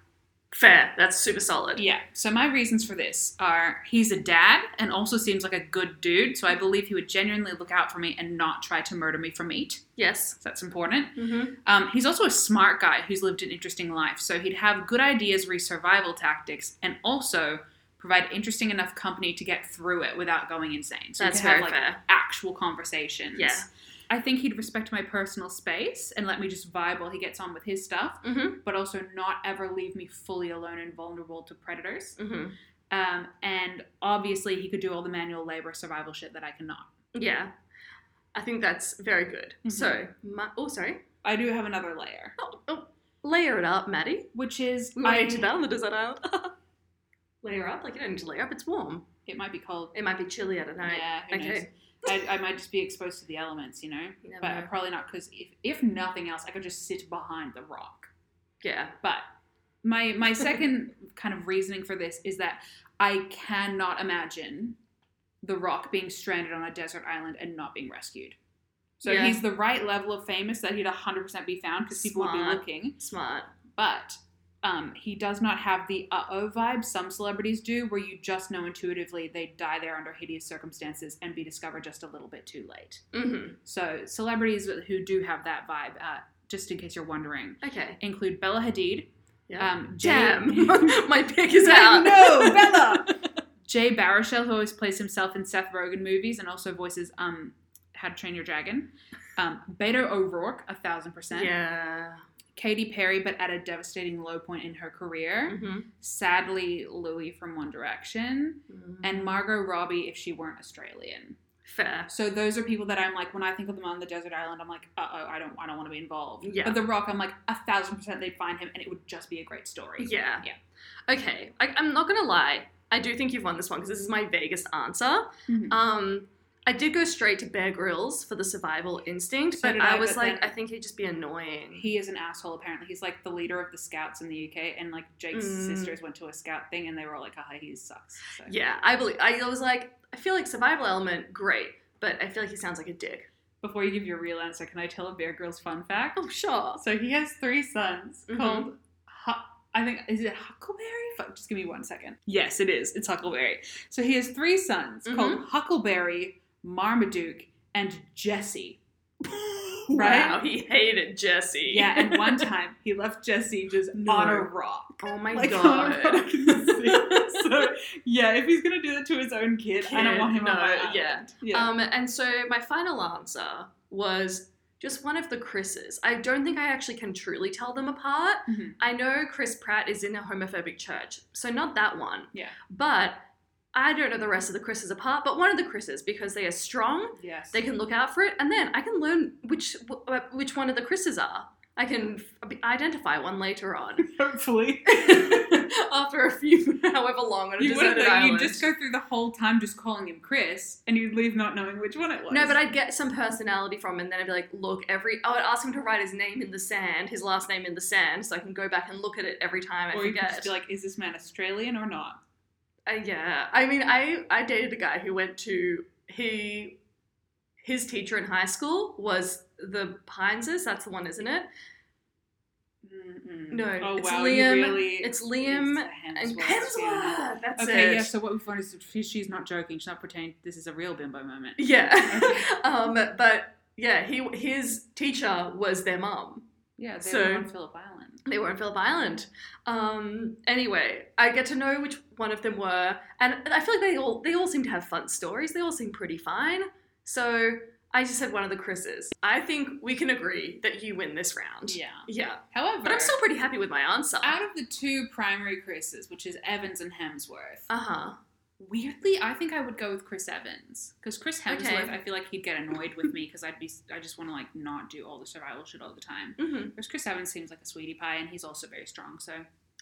[SPEAKER 4] Fair. That's super solid.
[SPEAKER 1] Yeah. So my reasons for this are he's a dad and also seems like a good dude, so I believe he would genuinely look out for me and not try to murder me for meat.
[SPEAKER 4] Yes.
[SPEAKER 1] So that's important.
[SPEAKER 4] Mm-hmm.
[SPEAKER 1] Um, he's also a smart guy who's lived an interesting life, so he'd have good ideas re survival tactics and also provide interesting enough company to get through it without going insane. So we
[SPEAKER 4] That's
[SPEAKER 1] could have
[SPEAKER 4] very
[SPEAKER 1] like
[SPEAKER 4] fair.
[SPEAKER 1] actual conversations.
[SPEAKER 4] Yeah.
[SPEAKER 1] I think he'd respect my personal space and let me just vibe while he gets on with his stuff,
[SPEAKER 4] Mm-hmm.
[SPEAKER 1] but also not ever leave me fully alone and vulnerable to predators.
[SPEAKER 4] Mm-hmm.
[SPEAKER 1] Um, and obviously, he could do all the manual labor survival shit that I cannot.
[SPEAKER 4] Yeah. I think that's very good.
[SPEAKER 1] Mhm.
[SPEAKER 4] So, my, oh, sorry.
[SPEAKER 1] I do have another layer,
[SPEAKER 4] Oh, oh, layer it up, Maddie.
[SPEAKER 1] which is
[SPEAKER 4] We
[SPEAKER 1] I
[SPEAKER 4] went into that on the desert island. layer up? Like, you don't need to layer up. It's warm.
[SPEAKER 1] It might be called
[SPEAKER 4] It might be chilly at night.
[SPEAKER 1] Yeah, who
[SPEAKER 4] okay.
[SPEAKER 1] knows? I, I might just be exposed to the elements, you know.
[SPEAKER 4] You never
[SPEAKER 1] But
[SPEAKER 4] know.
[SPEAKER 1] probably not because if, if nothing else, I could just sit behind the rock.
[SPEAKER 4] Yeah.
[SPEAKER 1] But my my second kind of reasoning for this is that I cannot imagine the rock being stranded on a desert island and not being rescued. So
[SPEAKER 4] Yeah.
[SPEAKER 1] he's the right level of famous that he'd 100% be found because people would be
[SPEAKER 4] Smart.
[SPEAKER 1] looking.
[SPEAKER 4] Smart.
[SPEAKER 1] But um, he does not have the uh oh vibe some celebrities do, where you just know intuitively they die there under hideous circumstances and be discovered just a little bit too late.
[SPEAKER 4] Mm-hmm.
[SPEAKER 1] So, celebrities who do have that vibe, uh, just in case you're wondering,
[SPEAKER 4] Okay.
[SPEAKER 1] include Bella Hadid,
[SPEAKER 4] Yeah.
[SPEAKER 1] um, Jay,
[SPEAKER 4] Damn. Oh, My pick is out.
[SPEAKER 1] no, Bella! Jay Baruchel, who always plays himself in Seth Rogen movies and also voices um, How to Train Your Dragon, um, Beto O'Rourke, a thousand percent,
[SPEAKER 4] Yeah.
[SPEAKER 1] Katy Perry, but at a devastating low point in her career.
[SPEAKER 4] Mm-hmm.
[SPEAKER 1] sadly Louis from One Direction,
[SPEAKER 4] mm-hmm.
[SPEAKER 1] and Margot Robbie if she weren't Australian.
[SPEAKER 4] fair.
[SPEAKER 1] So those are people that I'm like when I think of them on the desert island, I'm like, uh oh, I don't, I don't want to be involved.
[SPEAKER 4] Yeah.
[SPEAKER 1] But The Rock, I'm like a thousand percent they'd find him, and it would just be a great story.
[SPEAKER 4] Yeah.
[SPEAKER 1] Yeah.
[SPEAKER 4] Okay. I, I'm not gonna lie. I do think you've won this one because this is my vaguest answer.
[SPEAKER 1] Mhm.
[SPEAKER 4] Um, I did go straight to Bear Grylls for the survival instinct,
[SPEAKER 1] So
[SPEAKER 4] but
[SPEAKER 1] did
[SPEAKER 4] I,
[SPEAKER 1] I,
[SPEAKER 4] was
[SPEAKER 1] but
[SPEAKER 4] like,
[SPEAKER 1] then-
[SPEAKER 4] I think he'd just be annoying.
[SPEAKER 1] He is an asshole. Apparently, he's like the leader of the scouts in the UK, and like Jake's
[SPEAKER 4] Mm.
[SPEAKER 1] sisters went to a scout thing, and they were all like, "Haha, he sucks." So.
[SPEAKER 4] yeah, I believe. I was like, I feel like survival element, great, but I feel like he sounds like a dick.
[SPEAKER 1] Before you give your real answer, can I tell a Bear Girls fun fact?
[SPEAKER 4] Oh sure.
[SPEAKER 1] So he has three sons
[SPEAKER 4] Mhm.
[SPEAKER 1] called. Ha- I think is it Huckleberry? Fuck, just give me one second. Yes, it is. It's Huckleberry. So he has three sons
[SPEAKER 4] Mm-hmm.
[SPEAKER 1] called Huckleberry, Marmaduke, and Jesse. right?
[SPEAKER 4] Wow, he hated Jesse.
[SPEAKER 1] Yeah, and one time he left Jesse just
[SPEAKER 2] No.
[SPEAKER 1] on a rock.
[SPEAKER 4] Oh my
[SPEAKER 1] Like, on a
[SPEAKER 4] god.
[SPEAKER 1] rock in the sea. so yeah, if he's gonna do that to his own kid, I don't
[SPEAKER 4] Kid,
[SPEAKER 1] want him
[SPEAKER 4] no,
[SPEAKER 1] on my island.
[SPEAKER 4] yeah.
[SPEAKER 1] yeah.
[SPEAKER 4] Um, and so my final answer was just one of the Chris's. I don't think I actually can truly tell them apart.
[SPEAKER 1] Mhm.
[SPEAKER 4] I know Chris Pratt is in a homophobic church, so not that one.
[SPEAKER 1] Yeah.
[SPEAKER 4] But I don't know the rest of the Chris's apart, but one of the Chris's because they are strong,
[SPEAKER 1] yes.
[SPEAKER 4] they can look out for it, and then I can learn which wh- which one of the Chris's are. I can f- identify one later on
[SPEAKER 1] Hopefully.
[SPEAKER 4] after a few, however long on a
[SPEAKER 1] You wouldn't
[SPEAKER 4] deserted
[SPEAKER 1] though.
[SPEAKER 4] island.
[SPEAKER 1] You'd just go through the whole time just calling him Chris, and you'd leave not knowing which one it was.
[SPEAKER 4] No, but I'd get some personality from him, and then I'd be like, look, every. I would ask him to write his name in the sand, his last name in the sand, so I can go back and look at it every time I
[SPEAKER 1] Or you could
[SPEAKER 4] forget.
[SPEAKER 1] just be like, is this man Australian or not?
[SPEAKER 4] Uh, yeah. I mean, I, I dated a guy who went to. He. His teacher in high school was the Pineses. That's the one, isn't it?
[SPEAKER 1] Mm-mm.
[SPEAKER 4] No,
[SPEAKER 1] Oh
[SPEAKER 4] it's
[SPEAKER 1] wow,
[SPEAKER 4] Liam-
[SPEAKER 1] you really.
[SPEAKER 4] It's Liam and
[SPEAKER 1] yeah.
[SPEAKER 4] Hemsworth. That's
[SPEAKER 1] Okay,
[SPEAKER 4] it.
[SPEAKER 1] yeah. So what we've learned is she- she's not joking. She's not pretending. This is a real bimbo moment.
[SPEAKER 4] Yeah. um, but yeah, he his teacher was their mum.
[SPEAKER 1] Yeah, they
[SPEAKER 4] So-
[SPEAKER 1] were on Phillip Island.
[SPEAKER 4] they were in Phillip Island. Um, anyway, I get to know which one of them were, and I feel like they all they all seem to have fun stories. They all seem pretty fine. So I just said one of the Chris's. I think we can agree that you win this round.
[SPEAKER 1] Yeah.
[SPEAKER 4] Yeah.
[SPEAKER 1] However,
[SPEAKER 4] But I'm still pretty happy with my answer.
[SPEAKER 1] out of the two primary Chris's, which is Evans and Hemsworth,
[SPEAKER 4] Uh huh.
[SPEAKER 1] weirdly, I think I would go with Chris Evans because Chris Hemsworth,
[SPEAKER 4] Okay.
[SPEAKER 1] I feel like he'd get annoyed with me because I'd be, I just want to like not do all the survival shit all the time.
[SPEAKER 4] hmm
[SPEAKER 1] Whereas Chris Evans seems like a sweetie pie, and he's also very strong. So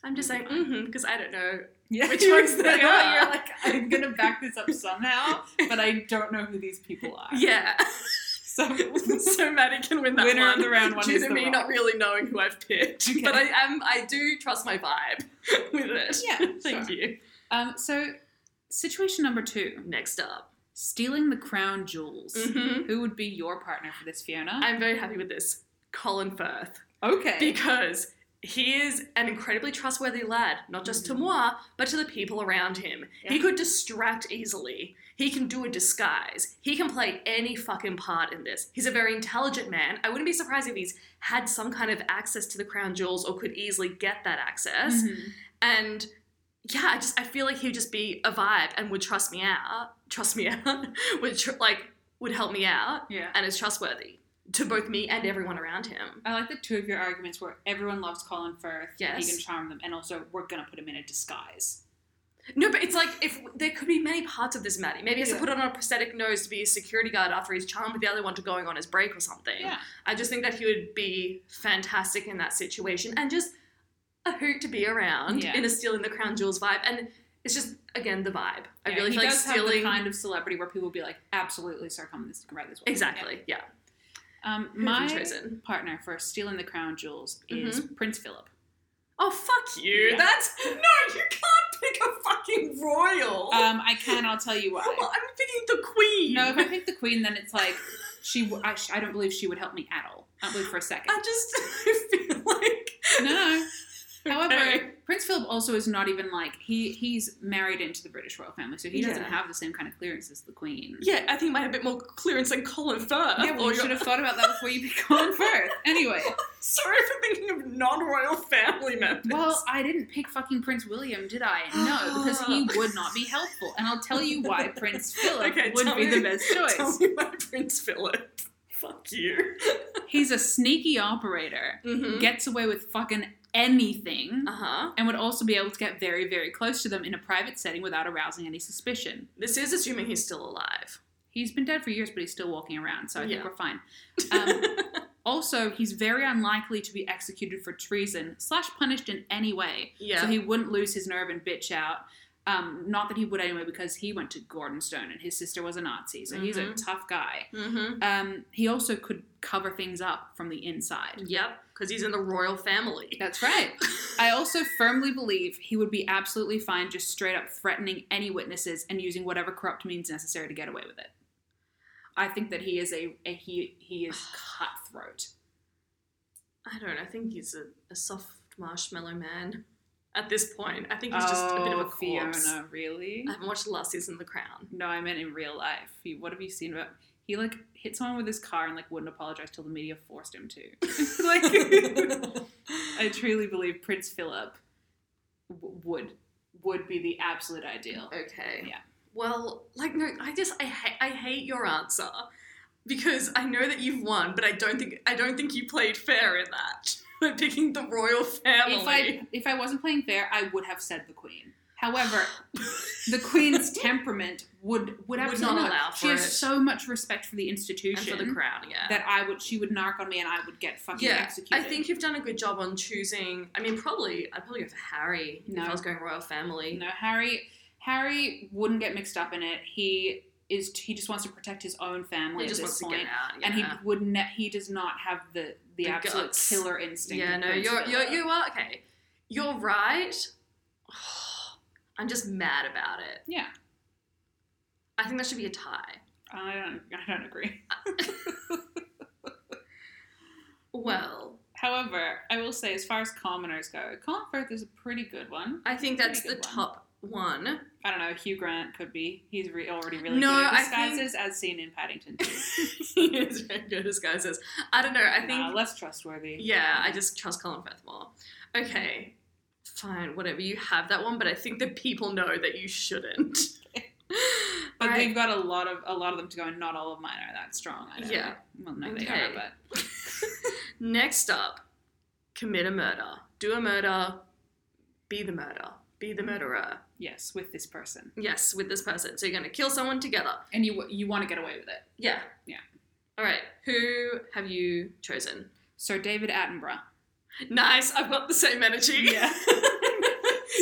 [SPEAKER 4] I'm just saying mm-hmm because I don't know.
[SPEAKER 1] yeah,
[SPEAKER 4] Which one's the-
[SPEAKER 1] You're like, I'm gonna back this up somehow, but I don't know who these people are.
[SPEAKER 4] Yeah.
[SPEAKER 1] So
[SPEAKER 4] so Maddie can win that
[SPEAKER 1] Winner
[SPEAKER 4] one.
[SPEAKER 1] of the round one
[SPEAKER 4] due
[SPEAKER 1] is
[SPEAKER 4] to
[SPEAKER 1] the
[SPEAKER 4] me
[SPEAKER 1] rock.
[SPEAKER 4] not really knowing who I've picked,
[SPEAKER 1] Okay.
[SPEAKER 4] but I am. I do trust my vibe with it.
[SPEAKER 1] Yeah,
[SPEAKER 4] Thank
[SPEAKER 1] sure.
[SPEAKER 4] you.
[SPEAKER 1] um, so situation number two:
[SPEAKER 4] Next up.
[SPEAKER 1] stealing the crown jewels.
[SPEAKER 4] hmm
[SPEAKER 1] Who would be your partner for this, Fiona?
[SPEAKER 4] I'm very happy with this. Colin Firth.
[SPEAKER 1] okay.
[SPEAKER 4] Because he is an incredibly trustworthy lad, not just
[SPEAKER 1] Mhm.
[SPEAKER 4] to moi, but to the people around him. He
[SPEAKER 1] Yeah.
[SPEAKER 4] could distract easily. He can do a disguise. He can play any fucking part in this. He's a very intelligent man. I wouldn't be surprised if he's had some kind of access to the crown jewels or could easily get that access.
[SPEAKER 1] Mhm.
[SPEAKER 4] And yeah, I just I feel like he'd just be a vibe and would trust me out. Trust me out. would tr- like would help me out.
[SPEAKER 1] Yeah.
[SPEAKER 4] and is trustworthy to both me and everyone around him.
[SPEAKER 1] I like the two of your arguments where everyone loves Colin Firth,
[SPEAKER 4] Yes.
[SPEAKER 1] he can charm them, and also we're gonna put him in a disguise.
[SPEAKER 4] No, but it's like if there could be many parts of this, Maddie. Maybe he has
[SPEAKER 1] Yeah.
[SPEAKER 4] to put on a prosthetic nose to be a security guard after he's charmed with the other one to going on his break or something.
[SPEAKER 1] Yeah.
[SPEAKER 4] I just think that he would be fantastic in that situation and just a hoot to be around
[SPEAKER 1] Yeah.
[SPEAKER 4] in a stealing the crown jewels vibe. And it's just again the vibe. I
[SPEAKER 1] Yeah,
[SPEAKER 4] really
[SPEAKER 1] he
[SPEAKER 4] feel like
[SPEAKER 1] does
[SPEAKER 4] stealing.
[SPEAKER 1] have the kind of celebrity where people will be like, absolutely, sir, come this right this way.
[SPEAKER 4] exactly. Yeah.
[SPEAKER 1] Yeah. Um,
[SPEAKER 4] Who have you
[SPEAKER 1] my
[SPEAKER 4] chosen? Mm-hmm.
[SPEAKER 1] partner for stealing the crown jewels is Prince Philip.
[SPEAKER 4] Oh fuck you!
[SPEAKER 1] Yeah.
[SPEAKER 4] That's no. You can't pick a fucking royal.
[SPEAKER 1] Um, I can. I'll tell you
[SPEAKER 4] well,
[SPEAKER 1] why.
[SPEAKER 4] I'm picking the queen.
[SPEAKER 1] No, if I pick the queen, then it's like she. w- I, sh- I don't believe she would help me at all. I don't believe for a second.
[SPEAKER 4] I just I feel like
[SPEAKER 1] No. However,
[SPEAKER 4] Okay.
[SPEAKER 1] Prince Philip also is not even like he he's married into the British royal family, so he doesn't
[SPEAKER 4] Yeah.
[SPEAKER 1] have the same kind of clearance as the Queen.
[SPEAKER 4] yeah, I think might have a bit more clearance than Colin Firth.
[SPEAKER 1] Oh, Yeah, well,
[SPEAKER 4] or
[SPEAKER 1] you should
[SPEAKER 4] your-
[SPEAKER 1] have thought about that before you picked Colin Firth. Anyway,
[SPEAKER 4] Sorry for thinking of non-royal family members.
[SPEAKER 1] well, I didn't pick fucking Prince William, did I? No, because he would not be helpful, and I'll tell you why Prince Philip
[SPEAKER 4] Okay,
[SPEAKER 1] would
[SPEAKER 4] tell
[SPEAKER 1] be
[SPEAKER 4] me-
[SPEAKER 1] the best
[SPEAKER 4] tell
[SPEAKER 1] choice.
[SPEAKER 4] me about Prince Philip. Fuck you.
[SPEAKER 1] He's a sneaky operator,
[SPEAKER 4] Mm-hmm.
[SPEAKER 1] gets away with fucking anything,
[SPEAKER 4] Uh huh.
[SPEAKER 1] and would also be able to get very, very close to them in a private setting without arousing any suspicion.
[SPEAKER 4] This is assuming he's still alive.
[SPEAKER 1] He's been dead for years, but he's still walking around, so I
[SPEAKER 4] Yeah.
[SPEAKER 1] think we're fine. Um, also, he's very unlikely to be executed for treason slash punished in any way,
[SPEAKER 4] Yeah.
[SPEAKER 1] so he wouldn't lose his nerve and bitch out. Um, not that he would anyway, because he went to Gordonstone and his sister was a Nazi, so he's a
[SPEAKER 4] Mhm.
[SPEAKER 1] tough guy.
[SPEAKER 4] mm-hmm.
[SPEAKER 1] Um, he also could cover things up from the inside.
[SPEAKER 4] Yep, because he's in the royal family.
[SPEAKER 1] That's right. I also firmly believe he would be absolutely fine just straight up threatening any witnesses and using whatever corrupt means necessary to get away with it. I think that he is a, a he he is cutthroat.
[SPEAKER 4] I don't. know, I think he's a, a soft marshmallow man. at this point. I think he's just a bit of a corpse.
[SPEAKER 1] Oh, Fiona, really?
[SPEAKER 4] I haven't watched the last season of The Crown.
[SPEAKER 1] No, I meant in real life. He, what have you seen about? He like hit someone with his car and like wouldn't apologize till the media forced him to. like, I truly believe Prince Philip w- would would be the absolute ideal.
[SPEAKER 4] Okay.
[SPEAKER 1] Yeah.
[SPEAKER 4] Well, like no, I just I ha- I hate your answer because I know that you've won, but I don't think I don't think you played fair in that. By picking the royal family.
[SPEAKER 1] If I if I wasn't playing fair, I would have said the Queen. However, the Queen's temperament would would
[SPEAKER 4] Would
[SPEAKER 1] absolutely
[SPEAKER 4] not allow
[SPEAKER 1] She
[SPEAKER 4] for
[SPEAKER 1] has
[SPEAKER 4] it.
[SPEAKER 1] so much respect for the institution
[SPEAKER 4] and for the crown, yeah.
[SPEAKER 1] that I would she would narc on me and I would get fucking
[SPEAKER 4] yeah, I
[SPEAKER 1] executed.
[SPEAKER 4] think you've done a good job on choosing. I mean, probably I'd probably go for Harry if
[SPEAKER 1] No.
[SPEAKER 4] I was going royal family.
[SPEAKER 1] No, Harry. Harry wouldn't get mixed up in it. He is. He just wants to protect his own family
[SPEAKER 4] he just
[SPEAKER 1] at this
[SPEAKER 4] wants to
[SPEAKER 1] point,
[SPEAKER 4] get out. Yeah.
[SPEAKER 1] and he would. Ne- he does not have the the,
[SPEAKER 4] The
[SPEAKER 1] absolute
[SPEAKER 4] guts.
[SPEAKER 1] killer instinct.
[SPEAKER 4] Yeah,
[SPEAKER 1] of
[SPEAKER 4] no,
[SPEAKER 1] Prince
[SPEAKER 4] you're, you're
[SPEAKER 1] Philip.
[SPEAKER 4] you are okay. You're right. I'm just mad about it.
[SPEAKER 1] Yeah,
[SPEAKER 4] I think that should be a tie.
[SPEAKER 1] I don't. I don't agree.
[SPEAKER 4] Well,
[SPEAKER 1] However, I will say, as far as commoners go, Colin Firth is a pretty good one.
[SPEAKER 4] I think that's the
[SPEAKER 1] Pretty good one.
[SPEAKER 4] top one.
[SPEAKER 1] I don't know. Hugh Grant could be. He's re- already really
[SPEAKER 4] No,
[SPEAKER 1] good at
[SPEAKER 4] I
[SPEAKER 1] disguises, as seen in Paddington. Two.
[SPEAKER 4] he is very good disguises. I don't know. I think
[SPEAKER 1] Nah, less trustworthy.
[SPEAKER 4] yeah, I just trust Colin Firth more. Okay, fine, whatever. You have that one, but I think that people know that you shouldn't.
[SPEAKER 1] But
[SPEAKER 4] Alright.
[SPEAKER 1] they've got a lot of a lot of them to go, and not all of mine are that strong. I don't
[SPEAKER 4] Yeah.
[SPEAKER 1] Well, no, they
[SPEAKER 4] Okay.
[SPEAKER 1] are, but
[SPEAKER 4] Next up, commit a murder. Do a murder. Be the murder. Be the murderer.
[SPEAKER 1] yes, with this person,
[SPEAKER 4] Yes, with this person. So you're gonna kill someone together.
[SPEAKER 1] and you you want to get away with it.
[SPEAKER 4] Yeah.
[SPEAKER 1] Yeah.
[SPEAKER 4] All right. Who have you chosen?
[SPEAKER 1] Sir David Attenborough.
[SPEAKER 4] Nice. I've got the same energy.
[SPEAKER 1] Yeah.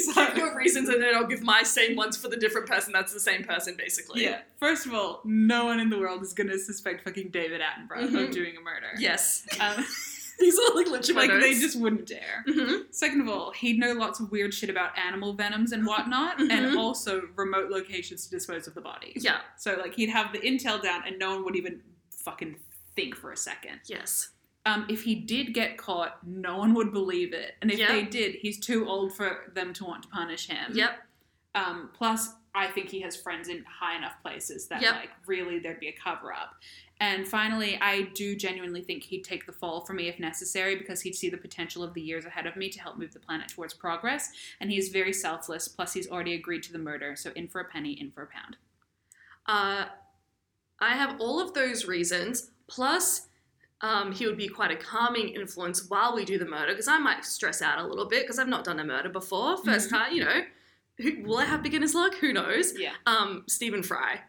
[SPEAKER 4] give your reasons, and then I'll give my same ones for the different person. That's the same person, basically.
[SPEAKER 1] Yeah. First of all, no one in the world is gonna suspect fucking David Attenborough
[SPEAKER 4] Mhm.
[SPEAKER 1] of doing a murder.
[SPEAKER 4] Yes.
[SPEAKER 1] Um,
[SPEAKER 4] These are like literally
[SPEAKER 1] like they just wouldn't dare.
[SPEAKER 4] hmm
[SPEAKER 1] Second of all, he'd know lots of weird shit about animal venoms and whatnot,
[SPEAKER 4] Mhm.
[SPEAKER 1] and also remote locations to dispose of the bodies.
[SPEAKER 4] Yeah.
[SPEAKER 1] So like he'd have the intel down, and no one would even fucking think for a second.
[SPEAKER 4] Yes.
[SPEAKER 1] um, if he did get caught, no one would believe it. And if
[SPEAKER 4] Yeah.
[SPEAKER 1] they did, he's too old for them to want to punish him.
[SPEAKER 4] Yep.
[SPEAKER 1] Um, plus, I think he has friends in high enough places that,
[SPEAKER 4] Yep.
[SPEAKER 1] like, really there'd be a cover up. And finally, I do genuinely think he'd take the fall for me if necessary because he'd see the potential of the years ahead of me to help move the planet towards progress. And he is very selfless. Plus, he's already agreed to the murder. So, in for a penny, in for a pound.
[SPEAKER 4] Uh, I have all of those reasons. Plus, um, he would be quite a calming influence while we do the murder because I might stress out a little bit because I've not done a murder before. 1st
[SPEAKER 1] Mhm.
[SPEAKER 4] time, you know. Who, will I have beginner's luck? Who knows?
[SPEAKER 1] Yeah.
[SPEAKER 4] Um, Stephen Fry.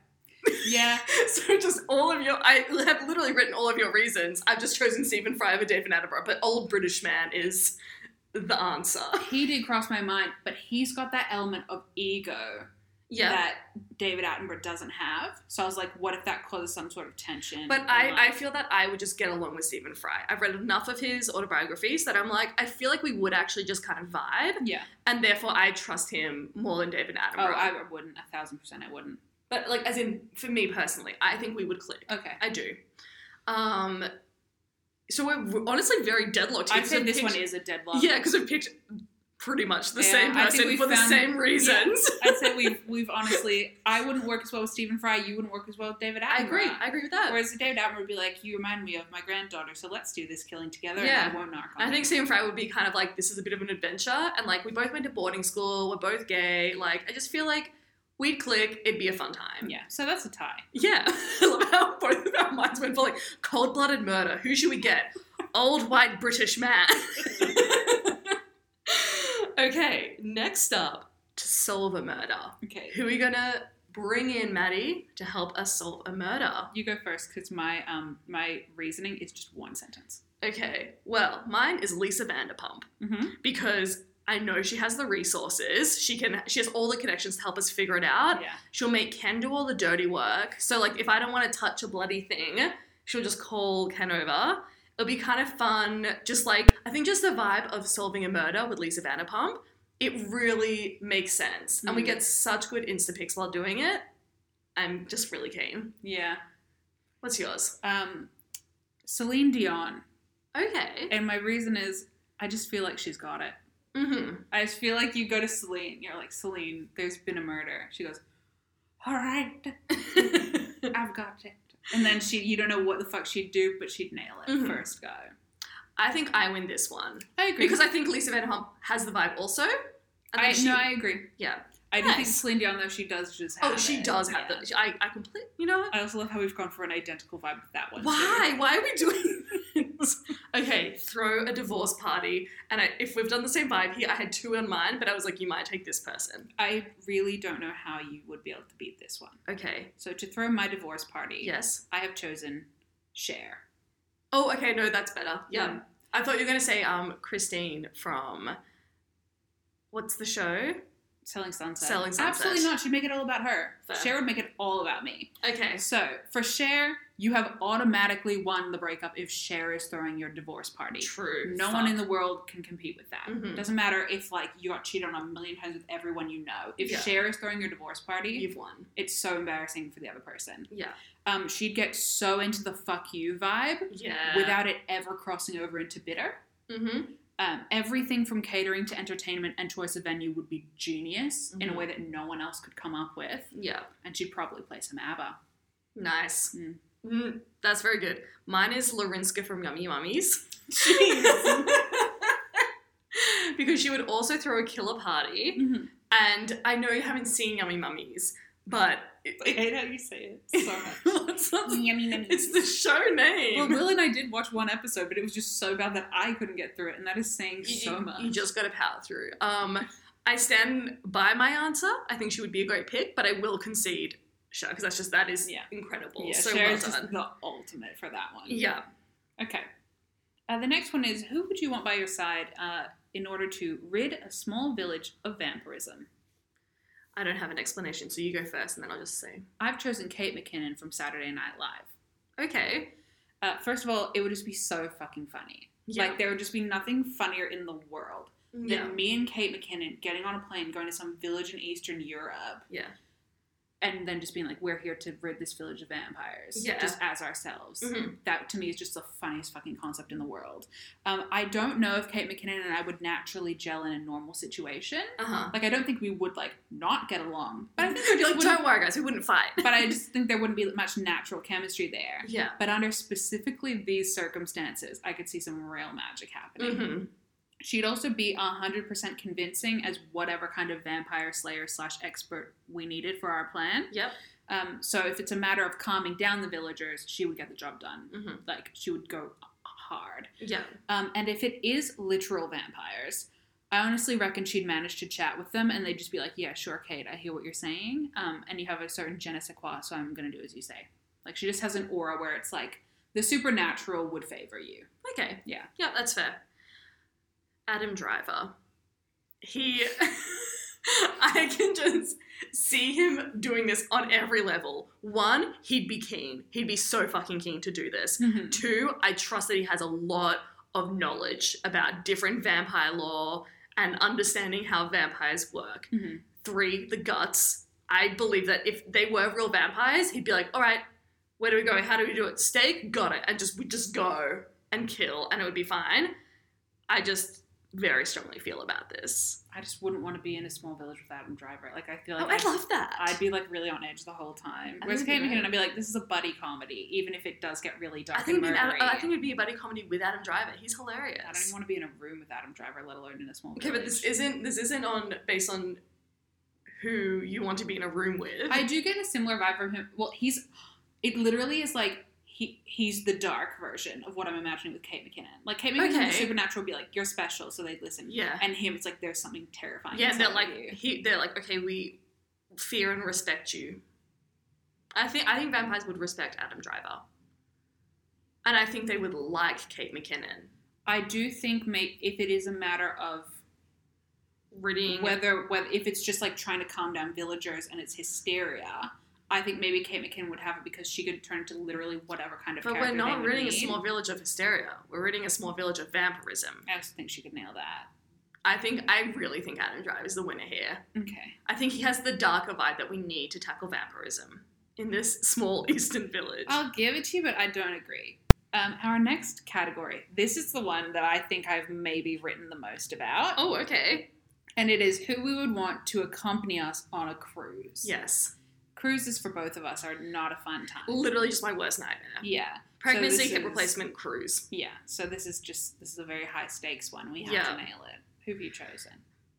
[SPEAKER 1] Yeah.
[SPEAKER 4] So just all of your, I have literally written all of your reasons. I've just chosen Stephen Fry over David Attenborough, but old British man is the answer.
[SPEAKER 1] he did cross my mind, but he's got that element of ego.
[SPEAKER 4] Yeah.
[SPEAKER 1] that David Attenborough doesn't have. So I was like, what if that causes some sort of tension?
[SPEAKER 4] But
[SPEAKER 1] And,
[SPEAKER 4] I, I
[SPEAKER 1] like,
[SPEAKER 4] feel that I would just get along with Stephen Fry. I've read enough of his autobiographies that I'm like, I feel like we would actually just kind of vibe,
[SPEAKER 1] yeah.
[SPEAKER 4] and therefore I trust him more than David
[SPEAKER 1] Oh,
[SPEAKER 4] Attenborough.
[SPEAKER 1] I wouldn't. A thousand percent, I wouldn't.
[SPEAKER 4] but like, as in for me personally, I think we would click.
[SPEAKER 1] Okay.
[SPEAKER 4] I do. Um, so we're we're honestly very deadlocked. here
[SPEAKER 1] I'd
[SPEAKER 4] 'cause
[SPEAKER 1] say
[SPEAKER 4] we've
[SPEAKER 1] this one
[SPEAKER 4] picked-
[SPEAKER 1] is a deadlock.
[SPEAKER 4] Yeah, because we've picked pretty much the
[SPEAKER 1] Yeah,
[SPEAKER 4] same
[SPEAKER 1] I think
[SPEAKER 4] person
[SPEAKER 1] we
[SPEAKER 4] for the
[SPEAKER 1] found-
[SPEAKER 4] same reasons.
[SPEAKER 1] I'd say we've we've honestly. I wouldn't work as well with Stephen Fry. You wouldn't work as well with David Attenborough.
[SPEAKER 4] I agree. I agree with that.
[SPEAKER 1] Whereas David Attenborough would be like, you remind me of my granddaughter, so let's do this killing together.
[SPEAKER 4] Yeah.
[SPEAKER 1] And I won't narc on
[SPEAKER 4] I think
[SPEAKER 1] it.
[SPEAKER 4] Sam Fry would be kind of like, this is a bit of an adventure, and like we both went to boarding school, we're both gay. Like I just feel like we'd click, it'd be a fun time.
[SPEAKER 1] Yeah. So that's a tie.
[SPEAKER 4] Yeah. I love how both of our minds went for like cold blooded murder. Who should we get? Old white British man. okay, next up to solve a murder.
[SPEAKER 1] Okay.
[SPEAKER 4] Who are we gonna bring in, Maddie, to help us solve a murder?
[SPEAKER 1] You go first because my um my reasoning is just one sentence.
[SPEAKER 4] Okay, well, mine is Lisa Vanderpump.
[SPEAKER 1] Mm-hmm.
[SPEAKER 4] because I know she has the resources. She can she has all the connections to help us figure it out.
[SPEAKER 1] Yeah.
[SPEAKER 4] She'll make Ken do all the dirty work. So like if I don't want to touch a bloody thing, she'll just call Ken over. It'll be kind of fun. Just like I think just the vibe of solving a murder with Lisa Vanderpump, it really makes sense. And we
[SPEAKER 1] Mm.
[SPEAKER 4] get such good insta pics while doing it. I'm just really keen.
[SPEAKER 1] Yeah.
[SPEAKER 4] What's yours?
[SPEAKER 1] Um, Celine Dion.
[SPEAKER 4] Okay.
[SPEAKER 1] And my reason is I just feel like she's got it.
[SPEAKER 4] Mm-hmm.
[SPEAKER 1] I just feel like you go to Celine, you're like, Celine, there's been a murder. She goes, All right, I've got it. And then she, you don't know what the fuck she'd do, but she'd nail it
[SPEAKER 4] Mhm.
[SPEAKER 1] first go.
[SPEAKER 4] I think I win this one
[SPEAKER 1] I agree.
[SPEAKER 4] because I think Lisa Vanderpump has the vibe also. And
[SPEAKER 1] I,
[SPEAKER 4] then she-
[SPEAKER 1] no, I agree.
[SPEAKER 4] yeah.
[SPEAKER 1] I do think
[SPEAKER 4] Nice.
[SPEAKER 1] Celine Dion though she does just. Have
[SPEAKER 4] Oh, she
[SPEAKER 1] it.
[SPEAKER 4] does
[SPEAKER 1] Yeah.
[SPEAKER 4] have the. I I complete. You know what?
[SPEAKER 1] I also love how we've gone for an identical vibe with that one. too.
[SPEAKER 4] Why? Why are we doing this? Okay, throw a divorce party, and I, if we've done the same vibe here, I had two in mind, but I was like, you might take this person.
[SPEAKER 1] I really don't know how you would be able to beat this one.
[SPEAKER 4] Okay.
[SPEAKER 1] So to throw my divorce party,
[SPEAKER 4] Yes.
[SPEAKER 1] I have chosen Cher.
[SPEAKER 4] Oh, okay. No, that's better. Yeah. I thought you were gonna say um Christine from. What's the show?
[SPEAKER 1] Selling Sunset.
[SPEAKER 4] Selling Sunset.
[SPEAKER 1] Absolutely not. She'd make it all about her.
[SPEAKER 4] Fair.
[SPEAKER 1] Cher would make it all about me.
[SPEAKER 4] Okay.
[SPEAKER 1] So for Cher, you have automatically won the breakup if Cher is throwing your divorce party.
[SPEAKER 4] True.
[SPEAKER 1] No one in the world can compete with that.
[SPEAKER 4] Mhm.
[SPEAKER 1] Doesn't matter if like you got cheated on a million times with everyone you know. If
[SPEAKER 4] Yeah.
[SPEAKER 1] Cher is throwing your divorce party,
[SPEAKER 4] You've won.
[SPEAKER 1] it's so embarrassing for the other person.
[SPEAKER 4] Yeah.
[SPEAKER 1] Um, she'd get so into the fuck you vibe
[SPEAKER 4] Yeah.
[SPEAKER 1] without it ever crossing over into bitter.
[SPEAKER 4] Mm-hmm.
[SPEAKER 1] Um, everything from catering to entertainment and choice of venue would be genius in a
[SPEAKER 4] Mhm.
[SPEAKER 1] way that no one else could come up with.
[SPEAKER 4] Yeah.
[SPEAKER 1] And she'd probably play some ABBA.
[SPEAKER 4] Nice.
[SPEAKER 1] Mm.
[SPEAKER 4] Mm, that's very good. Mine is Lorinska from Yummy Mummies. because she would also throw a killer party.
[SPEAKER 1] Mm-hmm.
[SPEAKER 4] And I know you haven't seen Yummy Mummies, but it,
[SPEAKER 1] I hate how you say it so much.
[SPEAKER 4] it's, not-
[SPEAKER 1] Yummy, yummy.
[SPEAKER 4] it's the show
[SPEAKER 1] Well,
[SPEAKER 4] name.
[SPEAKER 1] Will and I did watch one episode, but it was just so bad that I couldn't get through it, and that is saying
[SPEAKER 4] you,
[SPEAKER 1] so much.
[SPEAKER 4] you just gotta power through. Um, I stand by my answer. I think she would be a great pick, but I will concede Cher because that's just that is
[SPEAKER 1] Yeah.
[SPEAKER 4] incredible.
[SPEAKER 1] yeah,
[SPEAKER 4] so
[SPEAKER 1] Cher
[SPEAKER 4] well
[SPEAKER 1] is just
[SPEAKER 4] done.
[SPEAKER 1] the ultimate for that one.
[SPEAKER 4] Yeah.
[SPEAKER 1] Okay. Uh, the next one is who would you want by your side uh, in order to rid a small village of vampirism?
[SPEAKER 4] I don't have an explanation, so you go first and then I'll just say.
[SPEAKER 1] I've chosen Kate McKinnon from Saturday Night Live.
[SPEAKER 4] Okay.
[SPEAKER 1] Uh, first of all, it would just be so fucking funny. Like there would just be nothing funnier in the world than
[SPEAKER 4] yeah.
[SPEAKER 1] me and Kate McKinnon getting on a plane going to some village in Eastern Europe
[SPEAKER 4] Yeah.
[SPEAKER 1] and then just being like, "We're here to rid this village of vampires,"
[SPEAKER 4] Yeah.
[SPEAKER 1] just as ourselves.
[SPEAKER 4] Mhm.
[SPEAKER 1] That to me is just the funniest fucking concept in the world. Um, I don't know if Kate McKinnon and I would naturally gel in a normal situation.
[SPEAKER 4] Uh huh.
[SPEAKER 1] Like, I don't think we would like not get along, but I think there
[SPEAKER 4] Like,
[SPEAKER 1] just wouldn't,
[SPEAKER 4] don't worry, guys. We wouldn't fight.
[SPEAKER 1] but I just think there wouldn't be much natural chemistry there.
[SPEAKER 4] Yeah.
[SPEAKER 1] But under specifically these circumstances, I could see some real magic happening.
[SPEAKER 4] Mm-hmm.
[SPEAKER 1] She'd also be 100% convincing as whatever kind of vampire slayer slash expert we needed for our plan.
[SPEAKER 4] Yep.
[SPEAKER 1] Um, so if it's a matter of calming down the villagers, she would get the job done.
[SPEAKER 4] Mm-hmm.
[SPEAKER 1] Like she would go hard.
[SPEAKER 4] Yeah.
[SPEAKER 1] Um, and if it is literal vampires, I honestly reckon she'd manage to chat with them, and they'd just be like, "Yeah, sure, Kate, I hear what you're saying, um, and you have a certain je ne sais quoi, so I'm gonna do as you say." Like she just has an aura where it's like the supernatural would favor you.
[SPEAKER 4] Okay.
[SPEAKER 1] Yeah.
[SPEAKER 4] Yeah, that's fair. Adam Driver. He. I can just see him doing this on every level. One, he'd be keen. He'd be so fucking keen to do this. Two, I trust that he has a lot of knowledge about different vampire law and understanding how vampires work.
[SPEAKER 1] Mhm.
[SPEAKER 4] Three, the guts. I believe that if they were real vampires, he'd be like, all right, where do we go? How do we do it? Steak? Got it. And just we just go and kill and it would be fine. I just very strongly feel about this.
[SPEAKER 1] I just wouldn't want to be in a small village with Adam Driver. Like I feel like
[SPEAKER 4] oh, I love that.
[SPEAKER 1] I'd be like really on edge the whole time.
[SPEAKER 4] I
[SPEAKER 1] Whereas
[SPEAKER 4] think
[SPEAKER 1] Kate
[SPEAKER 4] you're
[SPEAKER 1] McKinnon,
[SPEAKER 4] right.
[SPEAKER 1] I'd be like, this is a buddy comedy, even if it does get really dark
[SPEAKER 4] I think, it'd
[SPEAKER 1] and
[SPEAKER 4] be an Adam,
[SPEAKER 1] murdery.
[SPEAKER 4] I think it'd be a buddy comedy with Adam Driver. He's hilarious.
[SPEAKER 1] I don't even want to be in a room with Adam Driver, let alone in a small
[SPEAKER 4] Okay,
[SPEAKER 1] village.
[SPEAKER 4] but this isn't this isn't on based on who you want to be in a room with.
[SPEAKER 1] I do get a similar vibe from him. Well, he's it literally is like he he's the dark version of what I'm imagining with Kate McKinnon. Like Kate McKinnon in
[SPEAKER 4] Okay.
[SPEAKER 1] the supernatural would be like, You're special, so they'd listen.
[SPEAKER 4] yeah,
[SPEAKER 1] And him it's like there's something terrifying.
[SPEAKER 4] yeah. They're
[SPEAKER 1] inside
[SPEAKER 4] like
[SPEAKER 1] of you.
[SPEAKER 4] he, they're like okay, we fear and respect you. I think I think vampires would respect Adam Driver, and I think they would like Kate McKinnon.
[SPEAKER 1] I do think may if it is a matter of
[SPEAKER 4] Ridding
[SPEAKER 1] whether whether if it's just like trying to calm down villagers and it's hysteria, I think maybe Kate McKinnon would have it because she could turn into literally whatever kind of
[SPEAKER 4] But
[SPEAKER 1] character.
[SPEAKER 4] we're
[SPEAKER 1] they
[SPEAKER 4] not
[SPEAKER 1] would
[SPEAKER 4] ridding a
[SPEAKER 1] need.
[SPEAKER 4] small village of hysteria. We're ridding a small village of vampirism.
[SPEAKER 1] I also think she could nail that.
[SPEAKER 4] I think I really think Adam Driver is the winner here.
[SPEAKER 1] Okay.
[SPEAKER 4] I think he has the darker vibe that we need to tackle vampirism in this small eastern village.
[SPEAKER 1] I'll give it to you, but I don't agree. Um, our next category. This is the one that I think I've maybe written the most about.
[SPEAKER 4] Oh, okay.
[SPEAKER 1] And it is who we would want to accompany us on a cruise.
[SPEAKER 4] Yes.
[SPEAKER 1] Cruises for both of us are not a fun time.
[SPEAKER 4] Literally just my worst nightmare.
[SPEAKER 1] Yeah.
[SPEAKER 4] Pregnancy
[SPEAKER 1] this
[SPEAKER 4] hip
[SPEAKER 1] is-
[SPEAKER 4] replacement cruise.
[SPEAKER 1] Yeah. So this is just, this is a very high stakes one. We have
[SPEAKER 4] Yeah.
[SPEAKER 1] to nail it. Who have you chosen?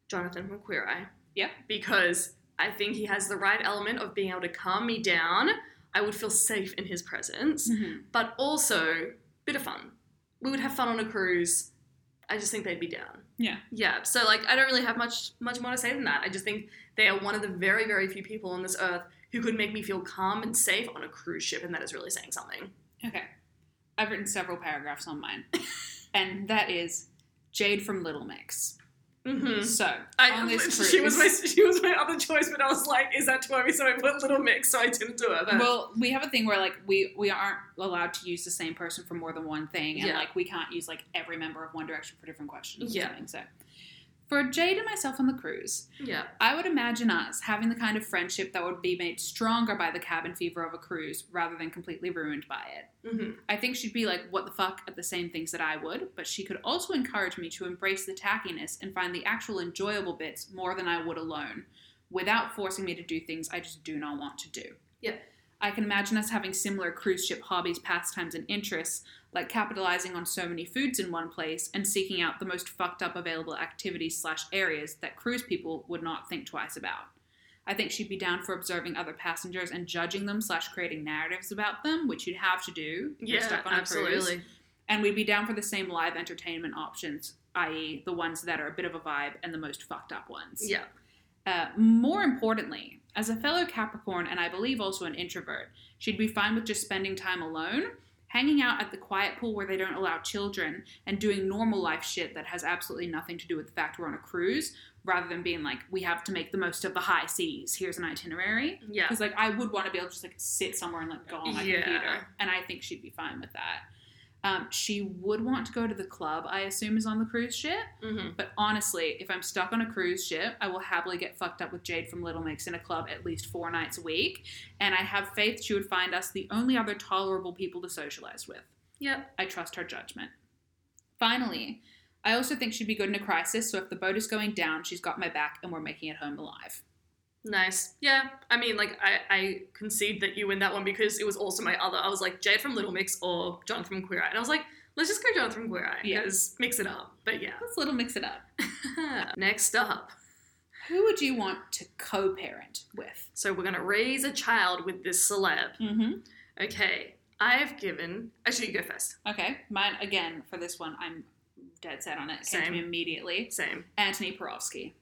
[SPEAKER 4] Jonathan from Queer Eye.
[SPEAKER 1] Yeah.
[SPEAKER 4] Because I think he has the right element of being able to calm me down. I would feel safe in his
[SPEAKER 1] Mm.
[SPEAKER 4] presence, but also bit of fun. We would have fun on a cruise. I just think they'd be down.
[SPEAKER 1] Yeah.
[SPEAKER 4] Yeah. So like I don't really have much much more to say than that. I just think they are one of the very very few people on this earth who could make me feel calm and safe on a cruise ship and that is really saying something.
[SPEAKER 1] Okay. I've written several paragraphs on mine. and that is Jade from Little Mix.
[SPEAKER 4] Mhm.
[SPEAKER 1] So,
[SPEAKER 4] I,
[SPEAKER 1] Mm-hmm. on this cruise.
[SPEAKER 4] she was my she was my other choice, but I was like, is that too heavy? So I put Little Mix, so I didn't do it. But
[SPEAKER 1] well, we have a thing where like we we aren't allowed to use the same person for more than one thing, and
[SPEAKER 4] Yeah.
[SPEAKER 1] like we can't use like every member of One Direction for different questions. or
[SPEAKER 4] Yeah.
[SPEAKER 1] something. So, for Jade and myself on the cruise,
[SPEAKER 4] yeah,
[SPEAKER 1] I would imagine us having the kind of friendship that would be made stronger by the cabin fever of a cruise rather than completely ruined by it.
[SPEAKER 4] hmm
[SPEAKER 1] I think she'd be like, what the fuck, at the same things that I would, but she could also encourage me to embrace the tackiness and find the actual enjoyable bits more than I would alone, without forcing me to do things I just do not want to do.
[SPEAKER 4] Yeah.
[SPEAKER 1] I can imagine us having similar cruise ship hobbies, pastimes, and interests, like capitalizing on so many foods in one place and seeking out the most fucked up available activities slash areas that cruise people would not think twice about. I think she'd be down for observing other passengers and judging them slash creating narratives about them, which you'd have to do. if you're
[SPEAKER 4] yeah,
[SPEAKER 1] stuck on a cruise.
[SPEAKER 4] absolutely.
[SPEAKER 1] And we'd be down for the same live entertainment options, i.e., the ones that are a bit of a vibe and the most fucked up ones.
[SPEAKER 4] Yeah,
[SPEAKER 1] Uh, more importantly, as a fellow Capricorn and I believe also an introvert, she'd be fine with just spending time alone, hanging out at the quiet pool where they don't allow children, and doing normal life shit that has absolutely nothing to do with the fact we're on a cruise, rather than being like, we have to make the most of the high seas, here's an itinerary.
[SPEAKER 4] yeah,
[SPEAKER 1] Because like I would want to be able to just like sit somewhere and like go on my
[SPEAKER 4] Yeah.
[SPEAKER 1] computer, and I think she'd be fine with that. Um, she would want to go to the club, I assume, is on the cruise ship.
[SPEAKER 4] hmm
[SPEAKER 1] But honestly, if I'm stuck on a cruise ship, I will happily get fucked up with Jade from Little Mix in a club at least four nights a week, and I have faith she would find us the only other tolerable people to socialize with.
[SPEAKER 4] yep,
[SPEAKER 1] I trust her judgment. Finally, I also think she'd be good in a crisis, so if the boat is going down, she's got my back and we're making it home alive.
[SPEAKER 4] nice. Yeah, I mean, like I, I concede that you win that one because it was also my other. I was like Jade from Little Mix or Jonathan from Queer Eye, and I was like, let's just go Jonathan from Queer Eye
[SPEAKER 1] Yeah.
[SPEAKER 4] because mix it up. But yeah,
[SPEAKER 1] Let's little mix it up.
[SPEAKER 4] next up,
[SPEAKER 1] Who would you want to co parent with?
[SPEAKER 4] so we're gonna raise a child with this celeb.
[SPEAKER 1] Mm hmm.
[SPEAKER 4] Okay, I have given. Actually, you go first.
[SPEAKER 1] Okay. Mine, again, for this one, I'm dead set on it. It came to
[SPEAKER 4] Same.
[SPEAKER 1] me immediately.
[SPEAKER 4] Same.
[SPEAKER 1] Anthony Porofsky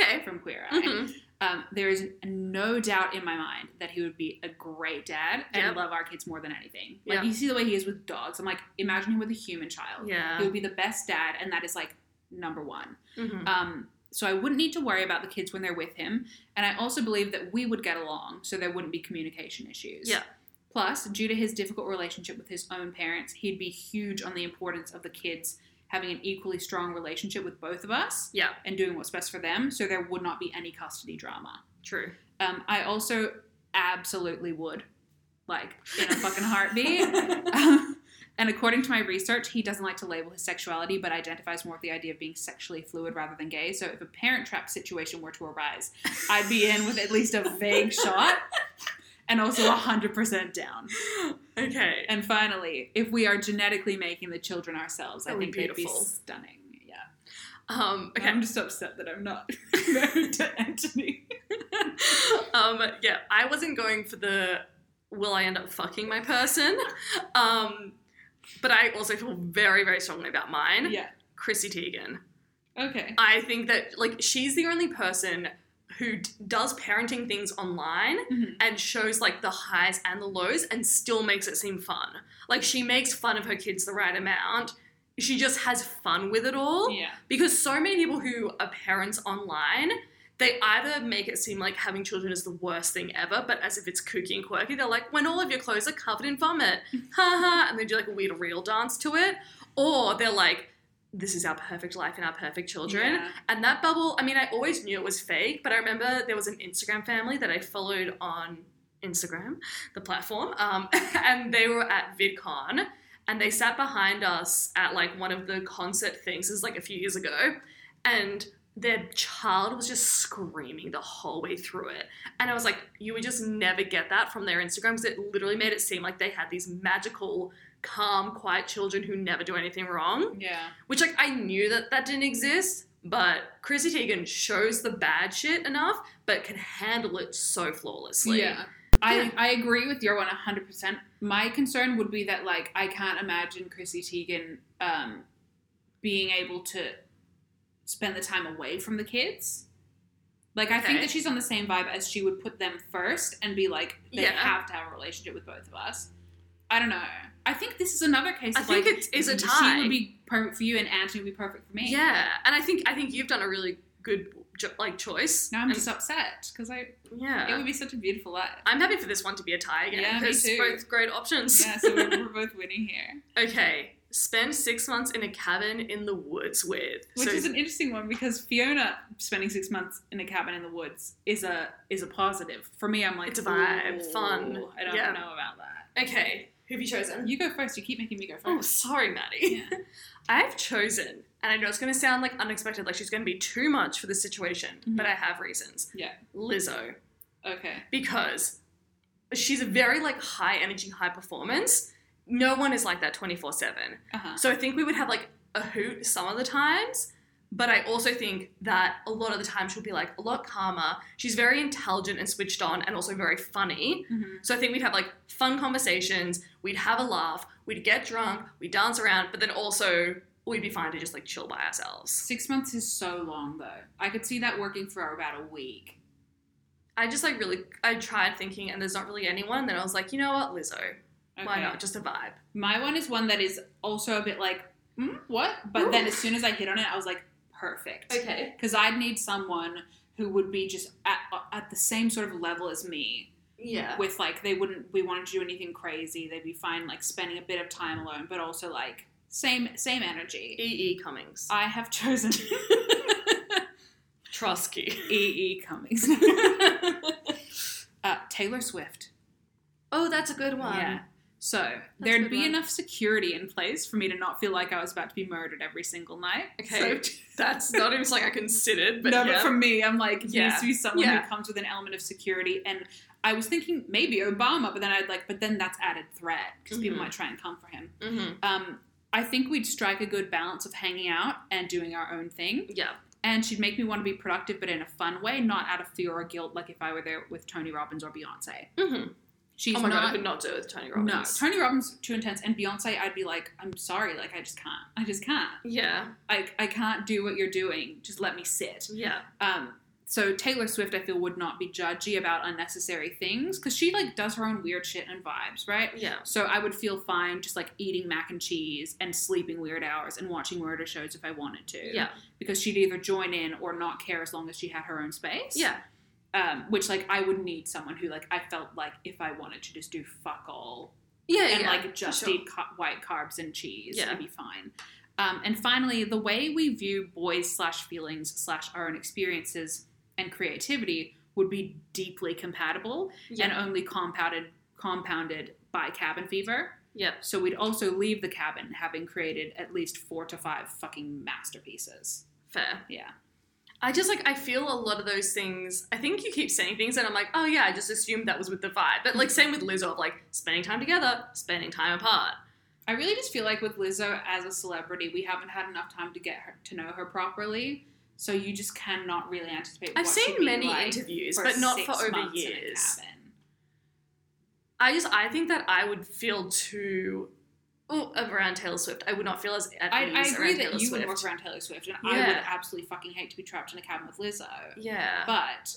[SPEAKER 4] Okay.
[SPEAKER 1] from Queer Eye.
[SPEAKER 4] hmm
[SPEAKER 1] Um, there is no doubt in my mind that he would be a great dad and
[SPEAKER 4] Yep.
[SPEAKER 1] love our kids more than anything. Like
[SPEAKER 4] Yeah.
[SPEAKER 1] you see the way he is with dogs. I'm like, imagine him with a human child. He
[SPEAKER 4] Yeah.
[SPEAKER 1] would be the best dad, and that is like number one.
[SPEAKER 4] hmm
[SPEAKER 1] Um, so I wouldn't need to worry about the kids when they're with him, and I also believe that we would get along, so there wouldn't be communication issues.
[SPEAKER 4] Yeah.
[SPEAKER 1] Plus, due to his difficult relationship with his own parents, he'd be huge on the importance of the kids having an equally strong relationship with both of us
[SPEAKER 4] Yeah.
[SPEAKER 1] and doing what's best for them, so there would not be any custody drama.
[SPEAKER 4] True.
[SPEAKER 1] Um, I also absolutely would, like in a fucking heartbeat. Um, and according to my research, he doesn't like to label his sexuality, but identifies more with the idea of being sexually fluid rather than gay. So if a parent trap situation were to arise, I'd be in with at least a vague shot. And also 100% down.
[SPEAKER 4] okay.
[SPEAKER 1] And finally, if we are genetically making the children ourselves, I
[SPEAKER 4] That would
[SPEAKER 1] think
[SPEAKER 4] be
[SPEAKER 1] they'd be
[SPEAKER 4] beautiful.
[SPEAKER 1] stunning. Yeah.
[SPEAKER 4] Um, okay.
[SPEAKER 1] I'm just upset that I'm not married to Anthony.
[SPEAKER 4] um, yeah, I wasn't going for the will I end up fucking my person. Um, but I also feel very, very strongly about mine.
[SPEAKER 1] Yeah.
[SPEAKER 4] Chrissy Teigen.
[SPEAKER 1] Okay.
[SPEAKER 4] I think that, like, she's the only person who d- does parenting things online
[SPEAKER 1] Mhm.
[SPEAKER 4] and shows, like, the highs and the lows and still makes it seem fun. Like, she makes fun of her kids the right amount. She just has fun with it all
[SPEAKER 1] Yeah.
[SPEAKER 4] because so many people who are parents online they either make it seem like having children is the worst thing ever but as if it's kooky and quirky they're like when all of your clothes are covered in vomit haha and they do like a weird reel dance to it or they're like this is our perfect life and our perfect children
[SPEAKER 1] Yeah.
[SPEAKER 4] and that bubble, I mean, I always knew it was fake, but I remember there was an Instagram family that I followed on Instagram, the platform, um, and they were at VidCon. and they sat behind us at like one of the concert things. This is like a few years ago, and their child was just screaming the whole way through it. And I was like, you would just never get that from their Instagrams. It literally made it seem like they had these magical, calm, quiet children who never do anything wrong
[SPEAKER 1] Yeah.
[SPEAKER 4] which like I knew that that didn't exist, but Chrissy Teigen shows the bad shit enough, but can handle it so flawlessly.
[SPEAKER 1] Yeah. I,
[SPEAKER 4] Yeah.
[SPEAKER 1] I agree with your one 100%. My concern would be that, like, I can't imagine Chrissy Teigen um, being able to spend the time away from the kids. Like, I think
[SPEAKER 4] Okay.
[SPEAKER 1] that she's on the same vibe as she would put them first and be like, they
[SPEAKER 4] Yeah.
[SPEAKER 1] have to have a relationship with both of us. I don't know. I think this is another case
[SPEAKER 4] I
[SPEAKER 1] of
[SPEAKER 4] think
[SPEAKER 1] like,
[SPEAKER 4] it is a
[SPEAKER 1] She
[SPEAKER 4] tie.
[SPEAKER 1] would be perfect for you and Anthony would be perfect for me.
[SPEAKER 4] Yeah, and I think I think you've done a really good jo- like choice.
[SPEAKER 1] Now I'm
[SPEAKER 4] And-
[SPEAKER 1] just upset because I it
[SPEAKER 4] yeah.
[SPEAKER 1] would be such a beautiful life.
[SPEAKER 4] I'm happy for this one to be a tie again
[SPEAKER 1] Yeah, me
[SPEAKER 4] because
[SPEAKER 1] too.
[SPEAKER 4] both great options.
[SPEAKER 1] Yeah, so we're, we're both winning here.
[SPEAKER 4] okay, spend six months in a cabin in the woods with.
[SPEAKER 1] Which
[SPEAKER 4] so
[SPEAKER 1] is an interesting one because Fiona spending six months in a cabin in the woods is a is a positive. For me, I'm like
[SPEAKER 4] It's a vibe,
[SPEAKER 1] "Ooh,
[SPEAKER 4] fun."
[SPEAKER 1] I don't
[SPEAKER 4] Yeah.
[SPEAKER 1] know about that.
[SPEAKER 4] okay, who've you chosen?
[SPEAKER 1] You go first. You keep making me go
[SPEAKER 4] Oh,
[SPEAKER 1] first.
[SPEAKER 4] sorry, Maddie. I've chosen, and I know it's going to sound like unexpected, like she's going to be too much for the situation,
[SPEAKER 1] Mhm.
[SPEAKER 4] but I have reasons.
[SPEAKER 1] Yeah.
[SPEAKER 4] Lizzo,
[SPEAKER 1] Okay.
[SPEAKER 4] because she's a very like high energy, high performance. No one is like that twenty four seven.
[SPEAKER 1] Uh huh.
[SPEAKER 4] So I think we would have like a hoot some of the times, but I also think that a lot of the time she'll be like a lot calmer. She's very intelligent and switched on, and also very funny.
[SPEAKER 1] hmm
[SPEAKER 4] So I think we'd have like fun conversations, we'd have a laugh, we'd get drunk, we'd dance around, but then also we'd be fine to just like chill by ourselves.
[SPEAKER 1] Six months is so long though. I could see that working for about a week.
[SPEAKER 4] I just like really I tried thinking and there's not really anyone, and then I was like, you know what, Lizzo,
[SPEAKER 1] Okay.
[SPEAKER 4] why not? Just a vibe.
[SPEAKER 1] My one is one that is also a bit like mm, what, but then
[SPEAKER 4] Ooh.
[SPEAKER 1] as soon as I hit on it, I was like perfect.
[SPEAKER 4] Okay.
[SPEAKER 1] Because I'd need someone who would be just at, at the same sort of level as me
[SPEAKER 4] Yeah.
[SPEAKER 1] with like they wouldn't we wanted to do anything crazy they'd be fine like spending a bit of time alone but also like same same energy
[SPEAKER 4] E.E. E Cummings.
[SPEAKER 1] i have chosen
[SPEAKER 4] Trotsky.
[SPEAKER 1] ee E cummings uh, taylor swift
[SPEAKER 4] Oh, that's a good one.
[SPEAKER 1] yeah so
[SPEAKER 4] a
[SPEAKER 1] there'd
[SPEAKER 4] good
[SPEAKER 1] be
[SPEAKER 4] one.
[SPEAKER 1] enough security in place for me to not feel like i was about to be murdered every single night
[SPEAKER 4] Okay.
[SPEAKER 1] So-
[SPEAKER 4] That's not even something I considered, but
[SPEAKER 1] no,
[SPEAKER 4] yeah.
[SPEAKER 1] but for me, I'm like, it
[SPEAKER 4] Yeah.
[SPEAKER 1] needs to be someone
[SPEAKER 4] Yeah.
[SPEAKER 1] who comes with an element of security. And I was thinking maybe Obama, but then I'd like, but then that's added threat because people
[SPEAKER 4] Mhm.
[SPEAKER 1] might try and come for him.
[SPEAKER 4] Mhm.
[SPEAKER 1] um, I think we'd strike a good balance of hanging out and doing our own thing.
[SPEAKER 4] Yeah.
[SPEAKER 1] And she'd make me want to be productive, but in a fun way, not out of fear or guilt, like if I were there with Tony Robbins or Beyonce.
[SPEAKER 4] hmm
[SPEAKER 1] She's
[SPEAKER 4] Oh my god, I
[SPEAKER 1] not.
[SPEAKER 4] could not do it with Tony
[SPEAKER 1] no,
[SPEAKER 4] Robbins.
[SPEAKER 1] Tony Robbins too intense, and Beyonce, I'd be like, I'm sorry, like I just can't, I just can't,
[SPEAKER 4] Yeah.
[SPEAKER 1] I, I can't do what you're doing. Just let me sit.
[SPEAKER 4] Yeah.
[SPEAKER 1] Um, so Taylor Swift, I feel, would not be judgy about unnecessary things because she like does her own weird shit and vibes, right?
[SPEAKER 4] Yeah.
[SPEAKER 1] So I would feel fine just like eating mac and cheese and sleeping weird hours and watching murder shows if I wanted to.
[SPEAKER 4] Yeah.
[SPEAKER 1] Because she'd either join in or not care as long as she had her own space.
[SPEAKER 4] Yeah.
[SPEAKER 1] Um, which like I would need someone who like I felt like if I wanted to just do fuck all
[SPEAKER 4] Yeah.
[SPEAKER 1] and
[SPEAKER 4] yeah, for
[SPEAKER 1] like just
[SPEAKER 4] sure.
[SPEAKER 1] eat ca- white carbs and cheese,
[SPEAKER 4] Yeah.
[SPEAKER 1] it'd be fine. Um, and finally, the way we view boys slash feelings slash our own experiences and creativity would be deeply compatible
[SPEAKER 4] Yeah.
[SPEAKER 1] and only compounded compounded by cabin fever.
[SPEAKER 4] yeah.
[SPEAKER 1] So we'd also leave the cabin having created at least four to five fucking masterpieces.
[SPEAKER 4] Fair.
[SPEAKER 1] Yeah.
[SPEAKER 4] I just like I feel a lot of those things. I think you keep saying things, and I'm like, oh yeah, I just assumed that was with the vibe. But like
[SPEAKER 1] Mm-hmm.
[SPEAKER 4] same with Lizzo, of like spending time together, spending time apart.
[SPEAKER 1] I really just feel like with Lizzo as a celebrity, we haven't had enough time to get her to know her properly. So you just cannot really anticipate.
[SPEAKER 4] I've
[SPEAKER 1] what she'd
[SPEAKER 4] seen
[SPEAKER 1] be
[SPEAKER 4] many
[SPEAKER 1] like
[SPEAKER 4] interviews,
[SPEAKER 1] for
[SPEAKER 4] but not
[SPEAKER 1] six
[SPEAKER 4] for over
[SPEAKER 1] months in a
[SPEAKER 4] years.
[SPEAKER 1] cabin.
[SPEAKER 4] I just I think that I would feel too oh, around Taylor Swift. I would not feel as at
[SPEAKER 1] I, I
[SPEAKER 4] ease
[SPEAKER 1] agree
[SPEAKER 4] around Taylor
[SPEAKER 1] that you
[SPEAKER 4] Swift.
[SPEAKER 1] would work around Taylor Swift, and I would
[SPEAKER 4] Yeah.
[SPEAKER 1] absolutely fucking hate to be trapped in a cabin with Lizzo.
[SPEAKER 4] yeah,
[SPEAKER 1] But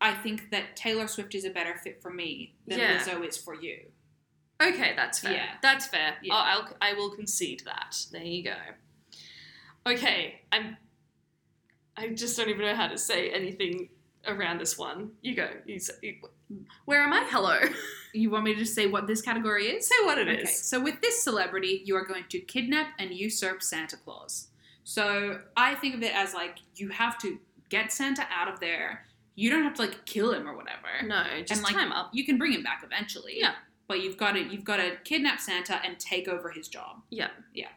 [SPEAKER 1] I think that Taylor Swift is a better fit for me than
[SPEAKER 4] Yeah.
[SPEAKER 1] Lizzo is for you.
[SPEAKER 4] Okay, that's fair.
[SPEAKER 1] Yeah.
[SPEAKER 4] That's fair.
[SPEAKER 1] Yeah.
[SPEAKER 4] I'll, I'll, I will concede that. There you go. Okay, I'm. I just don't even know how to say anything around this one. You go. You, s- you- where am I? Hello.
[SPEAKER 1] You want me to just say what this category is?
[SPEAKER 4] say what it is.
[SPEAKER 1] Okay, so with this celebrity, you are going to kidnap and usurp Santa Claus. So I think of it as like you have to get Santa out of there. You don't have to like kill him or whatever.
[SPEAKER 4] No, just
[SPEAKER 1] like-
[SPEAKER 4] time up.
[SPEAKER 1] You can bring him back eventually.
[SPEAKER 4] Yeah.
[SPEAKER 1] but you've got to you've got to kidnap Santa and take over his job.
[SPEAKER 4] Yeah.
[SPEAKER 1] Yeah.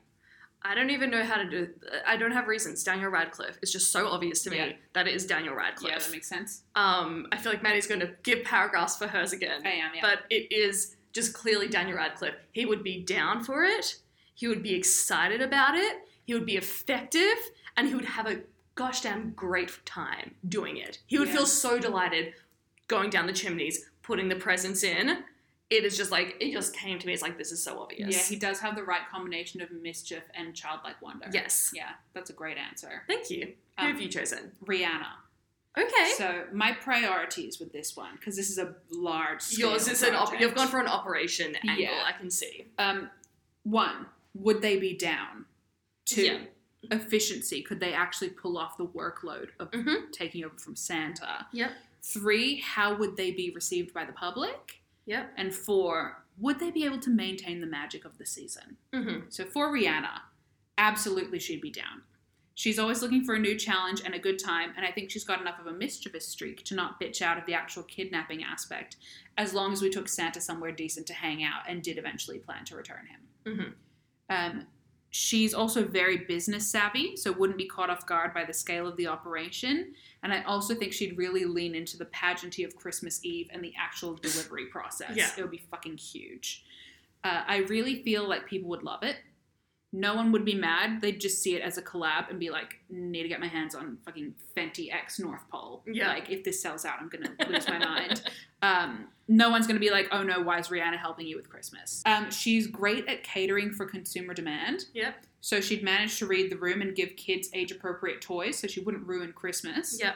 [SPEAKER 4] I don't even know how to do I don't have reasons. Daniel Radcliffe is just so obvious to me
[SPEAKER 1] Yeah.
[SPEAKER 4] that it is Daniel Radcliffe.
[SPEAKER 1] Yeah, that makes sense.
[SPEAKER 4] um, I feel like Maddie's going to give paragraphs for hers again.
[SPEAKER 1] I am. Yeah.
[SPEAKER 4] But it is just clearly Daniel Radcliffe. He would be down for it. He would be excited about it. He would be effective, and he would have a gosh damn great time doing it. He would
[SPEAKER 1] Yeah.
[SPEAKER 4] feel so delighted going down the chimneys, putting the presents in. It is just like it just came to me. It's like this is so obvious.
[SPEAKER 1] Yeah, he does have the right combination of mischief and childlike wonder.
[SPEAKER 4] yes.
[SPEAKER 1] Yeah, that's a great answer.
[SPEAKER 4] Thank you. Who
[SPEAKER 1] Um,
[SPEAKER 4] have you chosen?
[SPEAKER 1] Rihanna.
[SPEAKER 4] Okay.
[SPEAKER 1] So my priorities with this one, because this is a large. Scale
[SPEAKER 4] Yours is an op-
[SPEAKER 1] project.
[SPEAKER 4] you've gone for an operation angle.
[SPEAKER 1] Yeah.
[SPEAKER 4] I can see.
[SPEAKER 1] Um, one, would they be down? Two,
[SPEAKER 4] Yeah.
[SPEAKER 1] efficiency. Could they actually pull off the workload of
[SPEAKER 4] Mhm.
[SPEAKER 1] taking over from Santa?
[SPEAKER 4] Yep.
[SPEAKER 1] Three, how would they be received by the public?
[SPEAKER 4] Yep.
[SPEAKER 1] And four, would they be able to maintain the magic of the season?
[SPEAKER 4] Mm-hmm.
[SPEAKER 1] So for Rihanna, absolutely she'd be down. She's always looking for a new challenge and a good time, and I think she's got enough of a mischievous streak to not bitch out of the actual kidnapping aspect, as long as we took Santa somewhere decent to hang out and did eventually plan to return him.
[SPEAKER 4] Mhm.
[SPEAKER 1] Um, she's also very business savvy, so wouldn't be caught off guard by the scale of the operation, and I also think she'd really lean into the pageantry of Christmas Eve and the actual delivery process.
[SPEAKER 4] Yeah.
[SPEAKER 1] It would be fucking huge. Uh, I really feel like people would love it no one would be mad. They'd just see it as a collab and be like, need to get my hands on fucking Fenty X North Pole.
[SPEAKER 4] Yeah.
[SPEAKER 1] Like, if this sells out, I'm going to lose my mind. Um, no one's going to be like, oh no, why is Rihanna helping you with Christmas? Um, she's great at catering for consumer demand.
[SPEAKER 4] Yep.
[SPEAKER 1] So she'd manage to read the room and give kids age appropriate toys so she wouldn't ruin Christmas.
[SPEAKER 4] Yep.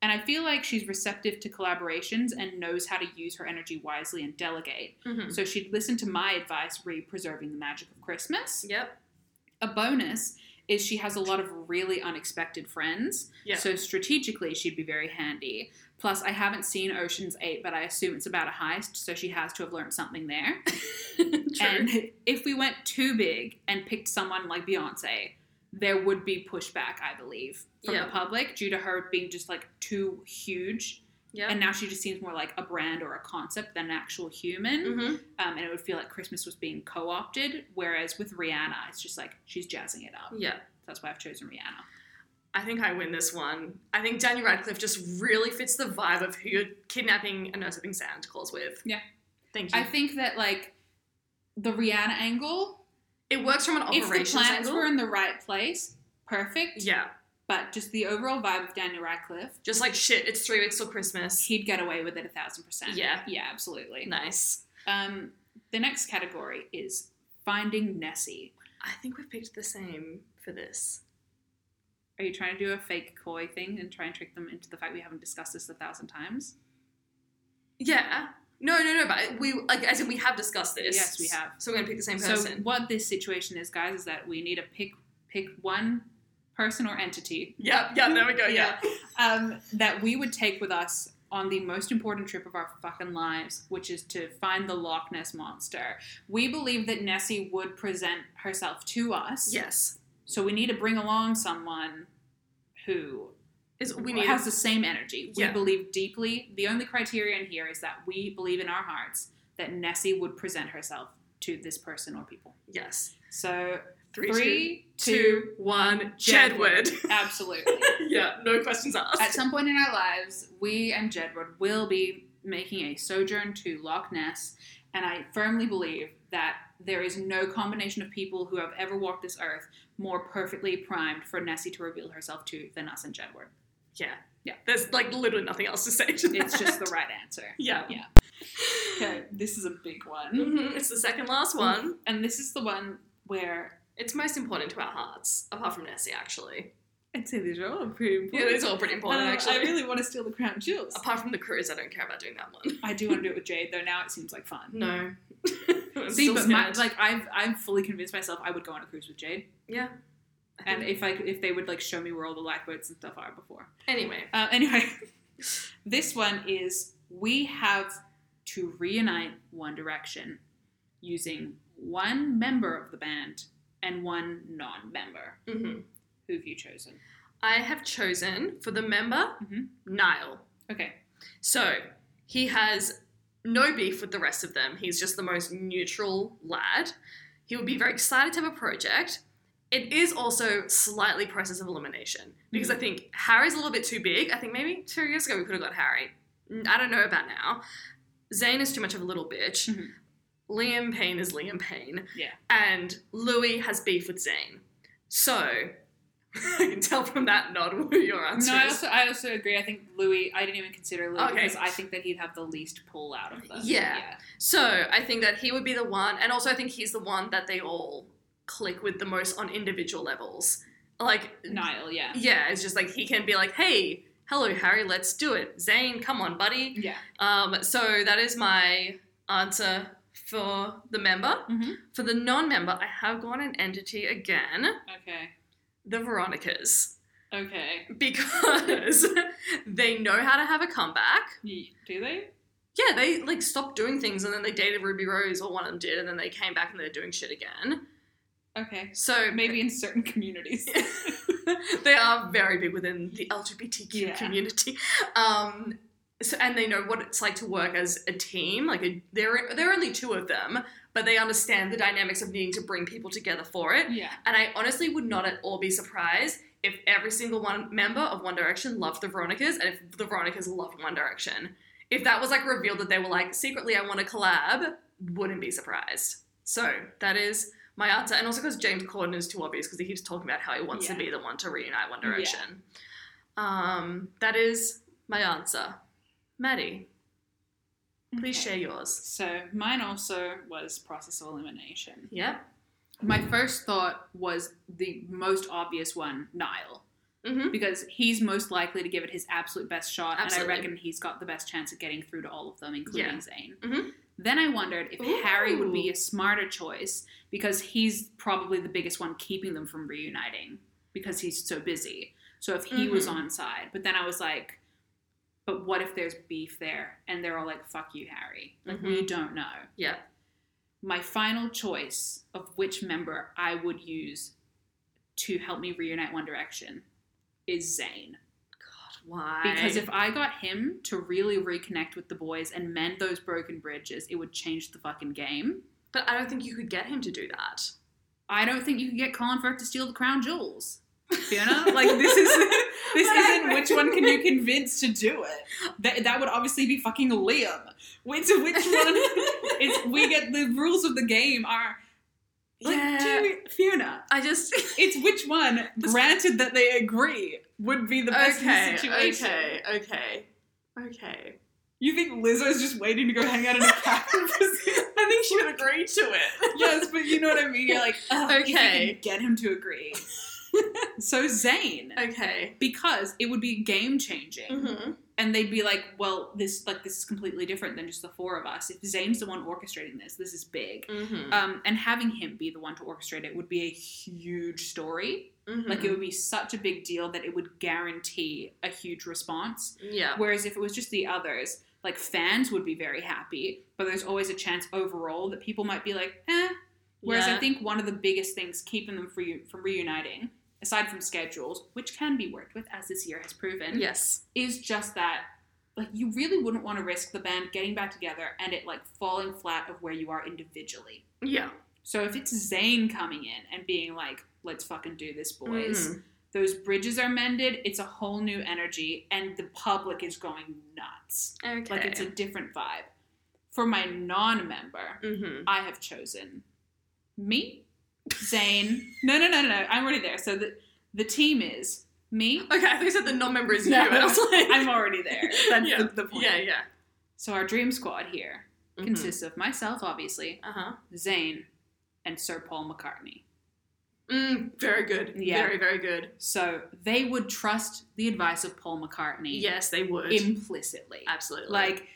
[SPEAKER 1] And I feel like she's receptive to collaborations and knows how to use her energy wisely and delegate.
[SPEAKER 4] Mm-hmm.
[SPEAKER 1] So she'd listen to my advice re preserving the magic of Christmas.
[SPEAKER 4] Yep.
[SPEAKER 1] A bonus is she has a lot of really unexpected friends.
[SPEAKER 4] Yeah.
[SPEAKER 1] So strategically, she'd be very handy. Plus, I haven't seen Ocean's 8, but I assume it's about a heist, so she has to have learned something there.
[SPEAKER 4] True.
[SPEAKER 1] And if we went too big and picked someone like Beyonce, there would be pushback, I believe, from
[SPEAKER 4] Yeah.
[SPEAKER 1] the public due to her being just like too huge.
[SPEAKER 4] yeah.
[SPEAKER 1] And now she just seems more like a brand or a concept than an actual human
[SPEAKER 4] hmm
[SPEAKER 1] um, and it would feel like Christmas was being co-opted. Whereas with Rihanna, it's just like she's jazzing it up.
[SPEAKER 4] Yeah.
[SPEAKER 1] That's why I've chosen Rihanna.
[SPEAKER 4] I think I win this one. I think Daniel Radcliffe just really fits the vibe of who you're kidnapping and usurping Santa Claus with.
[SPEAKER 1] Yeah.
[SPEAKER 4] Thank you.
[SPEAKER 1] I think that like the Rihanna angle,
[SPEAKER 4] it works from an
[SPEAKER 1] if the
[SPEAKER 4] operations
[SPEAKER 1] planets
[SPEAKER 4] angle.
[SPEAKER 1] were in the right place, perfect.
[SPEAKER 4] yeah.
[SPEAKER 1] But just the overall vibe of Daniel Radcliffe,
[SPEAKER 4] Just like shit, it's three weeks till Christmas.
[SPEAKER 1] he'd get away with it a thousand percent.
[SPEAKER 4] Yeah.
[SPEAKER 1] yeah, absolutely.
[SPEAKER 4] Nice.
[SPEAKER 1] Um, the next category is finding Nessie.
[SPEAKER 4] I think we've picked the same for this.
[SPEAKER 1] Are you trying to do a fake coy thing and try and trick them into the fact we haven't discussed this a thousand times?
[SPEAKER 4] Yeah. No, no, no, but we, like, as in we have discussed this.
[SPEAKER 1] Yes, we have.
[SPEAKER 4] So we're going to pick the same
[SPEAKER 1] So
[SPEAKER 4] person.
[SPEAKER 1] what this situation is, guys, is that we need to pick pick one person or entity
[SPEAKER 4] yep, yeah, there we go, Oh, yeah.
[SPEAKER 1] um, that we would take with us on the most important trip of our fucking lives, which is to find the Loch Ness monster. We believe that Nessie would present herself to us,
[SPEAKER 4] Yes.
[SPEAKER 1] so we need to bring along someone who
[SPEAKER 4] Is we need
[SPEAKER 1] has the same energy. We
[SPEAKER 4] Yeah.
[SPEAKER 1] believe deeply. The only criterion here is that we believe in our hearts that Nessie would present herself to this person or people.
[SPEAKER 4] Yes.
[SPEAKER 1] So
[SPEAKER 4] Three, two,
[SPEAKER 1] Three, two,
[SPEAKER 4] two, one,
[SPEAKER 1] Jedward.
[SPEAKER 4] Jedward.
[SPEAKER 1] absolutely.
[SPEAKER 4] yeah, no questions asked.
[SPEAKER 1] At some point in our lives, we and Jedward will be making a sojourn to Loch Ness, and I firmly believe that there is no combination of people who have ever walked this earth more perfectly primed for Nessie to reveal herself to than us and Jedward.
[SPEAKER 4] Yeah.
[SPEAKER 1] Yeah.
[SPEAKER 4] There's like literally nothing else to say to that.
[SPEAKER 1] It's just the right answer.
[SPEAKER 4] Yeah.
[SPEAKER 1] Yeah. Okay, this is a big one.
[SPEAKER 4] hmm It's the second last one.
[SPEAKER 1] And this is the one where
[SPEAKER 4] It's most important to our hearts, apart from Nessie, actually.
[SPEAKER 1] I'd say these are all pretty
[SPEAKER 4] Yeah, it's all pretty important, actually.
[SPEAKER 1] want to steal the crown jewels.
[SPEAKER 4] Apart from the cruise, I don't care about doing that one.
[SPEAKER 1] I do want to do it with Jade, though. Now it seems like fun.
[SPEAKER 4] No. I'm
[SPEAKER 1] See,
[SPEAKER 4] still
[SPEAKER 1] but my,
[SPEAKER 4] scared.
[SPEAKER 1] like I've I'm fully convinced myself I would go on a cruise with Jade,
[SPEAKER 4] yeah. I
[SPEAKER 1] and
[SPEAKER 4] think-
[SPEAKER 1] if I if they would like show me where all the lifeboats and stuff are before.
[SPEAKER 4] anyway,
[SPEAKER 1] Uh, anyway, this one is we have to reunite One Direction using one member of the band and one non-member.
[SPEAKER 4] hmm
[SPEAKER 1] Who have you chosen?
[SPEAKER 4] I have chosen for the member
[SPEAKER 1] Mhm.
[SPEAKER 4] Niall.
[SPEAKER 1] Okay,
[SPEAKER 4] So he has no beef with the rest of them. He's just the most neutral lad. He would be very excited to have a project. It is also slightly process of elimination because I think Harry's a little bit too big. I think maybe two years ago we could have got Harry. Mm, I don't know about now. Zayn is too much of a little bitch.
[SPEAKER 1] Mhm.
[SPEAKER 4] Liam Payne is Liam Payne.
[SPEAKER 1] Yeah.
[SPEAKER 4] And Louis has beef with Zayn. So I can tell from that nod who your answer
[SPEAKER 1] No, I
[SPEAKER 4] is.
[SPEAKER 1] also I also agree. I think Louis. I didn't even consider Louis
[SPEAKER 4] Okay.
[SPEAKER 1] because I think that he'd have the least pull out of them.
[SPEAKER 4] Yeah. So I think that he would be the one, and also I think he's the one that they all click with the most on individual levels. Like,
[SPEAKER 1] Niall. Yeah,
[SPEAKER 4] yeah, it's just like he can be like, "Hey, hello, Harry, let's do it." Zane, come on, buddy.
[SPEAKER 1] yeah.
[SPEAKER 4] Um, so that is my answer for the member.
[SPEAKER 1] Mhm.
[SPEAKER 4] For the non-member, I have gone an entity again,
[SPEAKER 1] Okay,
[SPEAKER 4] the Veronicas,
[SPEAKER 1] okay.
[SPEAKER 4] because they know how to have a comeback.
[SPEAKER 1] Y- Do they?
[SPEAKER 4] Yeah, they like stopped doing things and then they dated Ruby Rose, or one of them did, and then they came back and they're doing shit again.
[SPEAKER 1] Okay,
[SPEAKER 4] So
[SPEAKER 1] maybe in certain communities.
[SPEAKER 4] they are very big within the LGBTQ
[SPEAKER 1] Yeah.
[SPEAKER 4] community. Um, so, and they know what it's like to work as a team. Like a, there, there are only two of them, but they understand the dynamics of needing to bring people together for it.
[SPEAKER 1] yeah,
[SPEAKER 4] And I honestly would not at all be surprised if every single one member of One Direction loved the Veronicas and if the Veronicas loved One Direction. If that was like revealed that they were like, secretly, I want to collab, wouldn't be surprised. So that is my answer. And also because James Corden is too obvious because he keeps talking about how he wants
[SPEAKER 1] Yeah.
[SPEAKER 4] to be the one to reunite One
[SPEAKER 1] Yeah.
[SPEAKER 4] Direction. Um, that is my answer. Maddie, please
[SPEAKER 1] Okay.
[SPEAKER 4] share yours.
[SPEAKER 1] So mine also was process of elimination.
[SPEAKER 4] Yep.
[SPEAKER 1] My first thought was the most obvious one, Niall,
[SPEAKER 4] Mm-hmm.
[SPEAKER 1] because he's most likely to give it his absolute best shot,
[SPEAKER 4] Absolutely.
[SPEAKER 1] and I reckon he's got the best chance of getting through to all of them, including
[SPEAKER 4] Yeah.
[SPEAKER 1] Zayn.
[SPEAKER 4] Mhm.
[SPEAKER 1] Then I wondered if Harry would be
[SPEAKER 4] Ooh.
[SPEAKER 1] a smarter choice because he's probably the biggest one keeping them from reuniting because he's so busy. So if he was
[SPEAKER 4] Mhm.
[SPEAKER 1] on side, but then I was like, but what if there's beef there and they're all like, fuck you, Harry? Like,
[SPEAKER 4] Mm-hmm.
[SPEAKER 1] we don't know
[SPEAKER 4] Yeah.
[SPEAKER 1] my final choice of which member I would use to help me reunite One Direction is Zayn.
[SPEAKER 4] Why?
[SPEAKER 1] Because if I got him to really reconnect with the boys and mend those broken bridges, it would change the fucking game.
[SPEAKER 4] but I don't think you could get him to do that.
[SPEAKER 1] I don't think you can get Colin Firth to steal the crown jewels. Fiona, like this is this isn't which one can you convince to do it. That that would obviously be fucking Liam. Which which one? It's we get the rules of the game are like
[SPEAKER 4] Yeah.
[SPEAKER 1] do it- Fiona.
[SPEAKER 4] I just
[SPEAKER 1] It's which one, granted that they agree, would be the best in
[SPEAKER 4] okay,
[SPEAKER 1] the situation.
[SPEAKER 4] okay, okay, okay.
[SPEAKER 1] You think Lizzo's just waiting to go hang out in a cafe?
[SPEAKER 4] I think she would agree to it.
[SPEAKER 1] yes, but you know what I mean. You're like, "Ugh, if you
[SPEAKER 4] Okay.
[SPEAKER 1] can get him to agree. so Zane,
[SPEAKER 4] Okay.
[SPEAKER 1] because it would be game changing,
[SPEAKER 4] Mhm.
[SPEAKER 1] and they'd be like, well, this like this is completely different than just the four of us. If Zane's the one orchestrating this, this is big.
[SPEAKER 4] Mhm.
[SPEAKER 1] Um, and having him be the one to orchestrate it would be a huge story.
[SPEAKER 4] Mhm.
[SPEAKER 1] Like it would be such a big deal that it would guarantee a huge response.
[SPEAKER 4] yeah.
[SPEAKER 1] Whereas if it was just the others, like fans would be very happy, but there's always a chance overall that people might be like, eh. Whereas
[SPEAKER 4] yeah.
[SPEAKER 1] I think one of the biggest things keeping them for you from reuniting, aside from schedules, which can be worked with as this year has proven,
[SPEAKER 4] yes.
[SPEAKER 1] is just that like you really wouldn't want to risk the band getting back together and it like falling flat of where you are individually.
[SPEAKER 4] Yeah.
[SPEAKER 1] So if it's Zayn coming in and being like, let's fucking do this, boys
[SPEAKER 4] Mhm.
[SPEAKER 1] those bridges are mended it's a whole new energy and the public is going nuts
[SPEAKER 4] Mm-hmm. Okay.
[SPEAKER 1] like it's a different vibe for my non-member
[SPEAKER 4] Mhm.
[SPEAKER 1] i have chosen me zane no no no no no i'm already there so the, the team is me
[SPEAKER 4] Okay, I think you said the non-member is you,
[SPEAKER 1] No.
[SPEAKER 4] and I was like,
[SPEAKER 1] i'm already there that's
[SPEAKER 4] Yeah.
[SPEAKER 1] the, the point
[SPEAKER 4] yeah, yeah.
[SPEAKER 1] so our dream squad here
[SPEAKER 4] Mhm.
[SPEAKER 1] consists of myself obviously
[SPEAKER 4] Uh-huh.
[SPEAKER 1] zane and sir paul mccartney
[SPEAKER 4] Mm, very good.
[SPEAKER 1] Yeah.
[SPEAKER 4] Very, very good.
[SPEAKER 1] so they would trust the advice of paul mccartney
[SPEAKER 4] Yes, they would.
[SPEAKER 1] implicitly
[SPEAKER 4] Absolutely.
[SPEAKER 1] like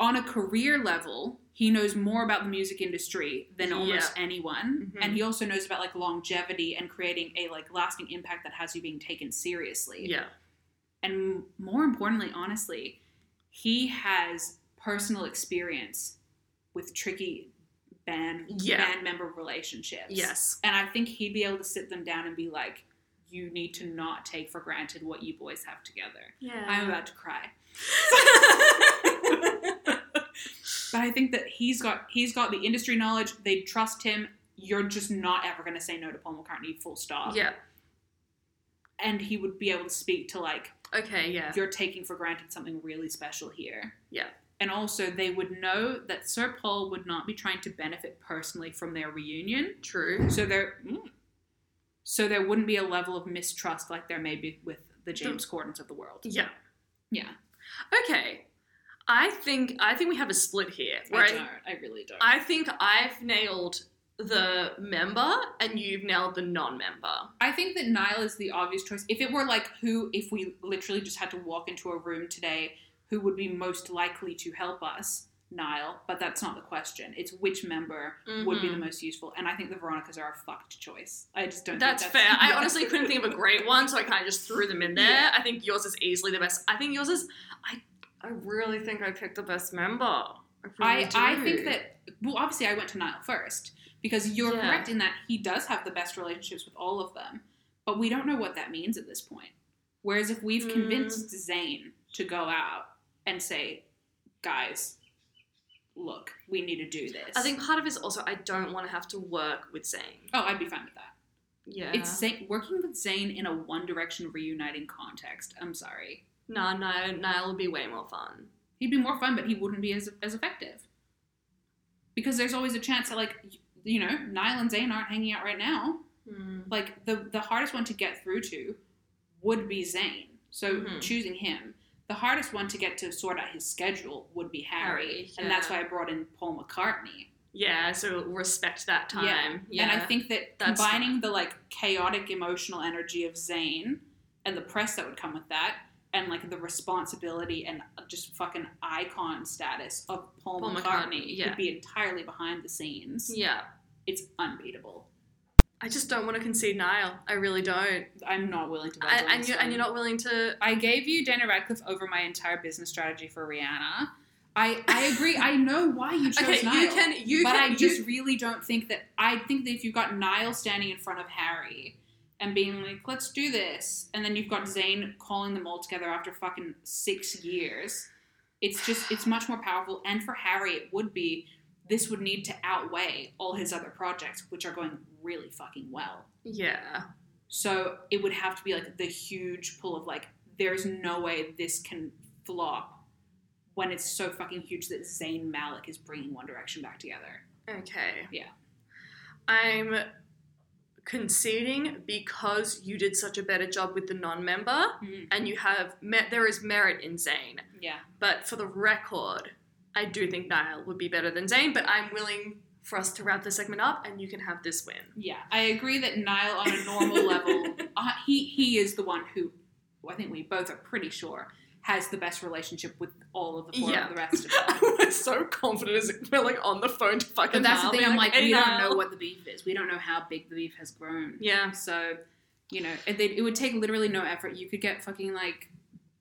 [SPEAKER 1] on a career level he knows more about the music industry than almost anyone
[SPEAKER 4] Mhm.
[SPEAKER 1] and he also knows about like longevity and creating a like lasting impact that has you being taken seriously
[SPEAKER 4] yeah.
[SPEAKER 1] and m- more importantly honestly he has personal experience with tricky band
[SPEAKER 4] Yeah.
[SPEAKER 1] band member relationships
[SPEAKER 4] Yes.
[SPEAKER 1] and i think he'd be able to sit them down and be like you need to not take for granted what you boys Um, have together
[SPEAKER 4] Yeah.
[SPEAKER 1] i'm about to cry But I think that he's got he's got the industry knowledge. They trust him. You're just not ever going to say no to Paul McCartney, full stop.
[SPEAKER 4] Yeah.
[SPEAKER 1] And he would be able to speak to like
[SPEAKER 4] Okay. Yeah.
[SPEAKER 1] you're taking for granted something really special here.
[SPEAKER 4] Yeah.
[SPEAKER 1] And also, they would know that Sir Paul would not be trying to benefit personally from their reunion.
[SPEAKER 4] True.
[SPEAKER 1] So there, mm. so there wouldn't be a level of mistrust like there may be with the James Cordens of the world.
[SPEAKER 4] Mm. Yeah.
[SPEAKER 1] Yeah,
[SPEAKER 4] Okay. I think I think we have a split here. Where
[SPEAKER 1] I
[SPEAKER 4] I,
[SPEAKER 1] don't. I really don't.
[SPEAKER 4] I think I've nailed the member and you've nailed the non-member.
[SPEAKER 1] I think that Nile is the obvious choice. If it were like who, if we literally just had to walk into a room today, who would be most likely to help us? Nile, but that's not the question. It's which member would be the
[SPEAKER 4] Mhm.
[SPEAKER 1] most useful, and I think the Veronicas are a fucked choice. I just don't.
[SPEAKER 4] That's
[SPEAKER 1] think
[SPEAKER 4] fair. I
[SPEAKER 1] yeah.
[SPEAKER 4] honestly couldn't think of a great one, so I kind of just threw them in there.
[SPEAKER 1] Yeah.
[SPEAKER 4] I think yours is easily the best. I think yours is. I I really think I picked the best member. I really
[SPEAKER 1] I, I
[SPEAKER 4] do.
[SPEAKER 1] think that well, obviously I went to Niall first because you're
[SPEAKER 4] Yeah.
[SPEAKER 1] correct in that he does have the best relationships with all of them, but we don't know what that means at this point. Whereas if we've
[SPEAKER 4] Mm.
[SPEAKER 1] convinced Zane to go out and say, guys, look, we need to do this.
[SPEAKER 4] I think part of it is also I don't want to have to work with Zane.
[SPEAKER 1] oh, I'd be fine with that.
[SPEAKER 4] Yeah.
[SPEAKER 1] It's Zane, working with Zane in a One Direction reuniting context. I'm sorry,
[SPEAKER 4] nah, nah, Niall would be way more fun.
[SPEAKER 1] he'd be more fun, but he wouldn't be as as effective because there's always a chance that like. y- You know, Niall and Zane aren't hanging out right now.
[SPEAKER 4] Hmm.
[SPEAKER 1] like the the hardest one to get through to would be Zane. So
[SPEAKER 4] Mhm.
[SPEAKER 1] choosing him. The hardest one to get to sort out his schedule would be Harry,
[SPEAKER 4] Harry,
[SPEAKER 1] and that's
[SPEAKER 4] yeah.
[SPEAKER 1] why I brought in Paul McCartney.
[SPEAKER 4] Yeah, so respect that time. Yeah.
[SPEAKER 1] and I think that
[SPEAKER 4] that's-
[SPEAKER 1] combining the like chaotic emotional energy of Zane and the press that would come with that, and like the responsibility and just fucking icon status of Paul,
[SPEAKER 4] Paul
[SPEAKER 1] McCartney,
[SPEAKER 4] McCartney, yeah.
[SPEAKER 1] would be entirely behind the scenes.
[SPEAKER 4] Yeah.
[SPEAKER 1] It's unbeatable.
[SPEAKER 4] I just don't want to concede Niall. I really don't.
[SPEAKER 1] I'm not willing to. vote
[SPEAKER 4] I,
[SPEAKER 1] on
[SPEAKER 4] and
[SPEAKER 1] this
[SPEAKER 4] you and
[SPEAKER 1] one.
[SPEAKER 4] you're not willing to.
[SPEAKER 1] I gave you Dana Radcliffe over my entire business strategy for Rihanna. I, I agree. I know why you chose
[SPEAKER 4] Okay,
[SPEAKER 1] Niall,
[SPEAKER 4] you can. You
[SPEAKER 1] but
[SPEAKER 4] can.
[SPEAKER 1] I
[SPEAKER 4] you-
[SPEAKER 1] just really don't think that. I think that if you've got Niall standing in front of Harry and being like, "Let's do this," and then you've got Zayn calling them all together after fucking six years, it's just it's much more powerful. And for Harry, it would be. This would need to outweigh all his other projects, which are going really fucking well.
[SPEAKER 4] yeah.
[SPEAKER 1] So it would have to be like the huge pull of like, there's no way this can flop when it's so fucking huge that Zayn Malik is bringing One Direction back together.
[SPEAKER 4] Okay.
[SPEAKER 1] Yeah.
[SPEAKER 4] I'm conceding because you did such a better job with the non-member,
[SPEAKER 1] Mm.
[SPEAKER 4] and you have met. There is merit in Zane,
[SPEAKER 1] Yeah.
[SPEAKER 4] but for the record, I do think Niall would be better than Zane. But I'm willing for us to wrap this segment up, and you can have this win.
[SPEAKER 1] Yeah. I agree that Niall on a normal level, uh, he, he is the one who, well, I think we both are pretty sure, has the best relationship with all of the four
[SPEAKER 4] Yeah.
[SPEAKER 1] of the rest of them.
[SPEAKER 4] I'm so confident as we're like on the phone to
[SPEAKER 1] But
[SPEAKER 4] fucking.
[SPEAKER 1] that's the
[SPEAKER 4] Niall,
[SPEAKER 1] thing,
[SPEAKER 4] being
[SPEAKER 1] I'm like,
[SPEAKER 4] "Hey,
[SPEAKER 1] we don't
[SPEAKER 4] Niall."
[SPEAKER 1] know what the beef is. We don't know how big the beef has grown.
[SPEAKER 4] Yeah.
[SPEAKER 1] So, you know, it, it would take literally no effort. You could get fucking like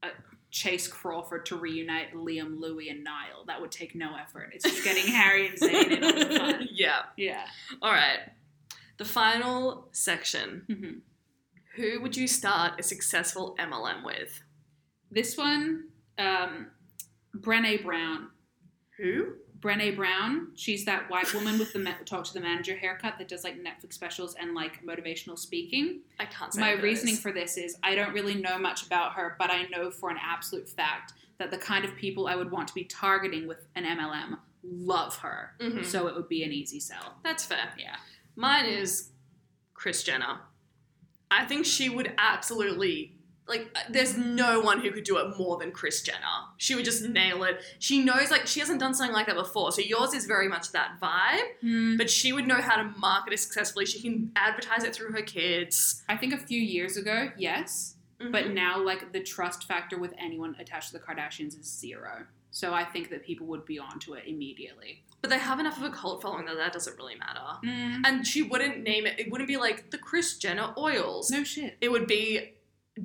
[SPEAKER 1] a Chase Crawford to reunite Liam, Louis, and Niall. That would take no effort. It's just getting Harry and Zayn in all the fun.
[SPEAKER 4] yeah.
[SPEAKER 1] Yeah.
[SPEAKER 4] All right. The final section.
[SPEAKER 1] Mhm.
[SPEAKER 4] Who would you start a successful MLM with?
[SPEAKER 1] This one, um, Brene Brown.
[SPEAKER 4] Who?
[SPEAKER 1] Brene Brown, she's that white woman with the ma- talk to the manager haircut that does like Netflix specials and like motivational speaking.
[SPEAKER 4] I can't say.
[SPEAKER 1] My
[SPEAKER 4] who it
[SPEAKER 1] reasoning
[SPEAKER 4] is.
[SPEAKER 1] for this is I don't really know much about her, but I know for an absolute fact that the kind of people I would want to be targeting with an MLM love her.
[SPEAKER 4] Mhm.
[SPEAKER 1] So it would be an easy sell.
[SPEAKER 4] That's fair.
[SPEAKER 1] Yeah.
[SPEAKER 4] Mine is Chris Jenner. I think she would absolutely like. There's no one who could do it more than Chris Jenner. She would just nail it. She knows like she hasn't done something like that before. So yours is very much that vibe,
[SPEAKER 1] Hmm.
[SPEAKER 4] but she would know how to market it successfully. She can advertise it through her kids.
[SPEAKER 1] I think a few years ago, yes, but
[SPEAKER 4] Mhm.
[SPEAKER 1] now like the trust factor with anyone attached to the Kardashians is zero. So I think that people would be onto it immediately.
[SPEAKER 4] but they have enough of a cult following that that doesn't really matter.
[SPEAKER 1] Hmm.
[SPEAKER 4] And she wouldn't name it. It wouldn't be like the Chris Jenner oils.
[SPEAKER 1] No shit.
[SPEAKER 4] it would be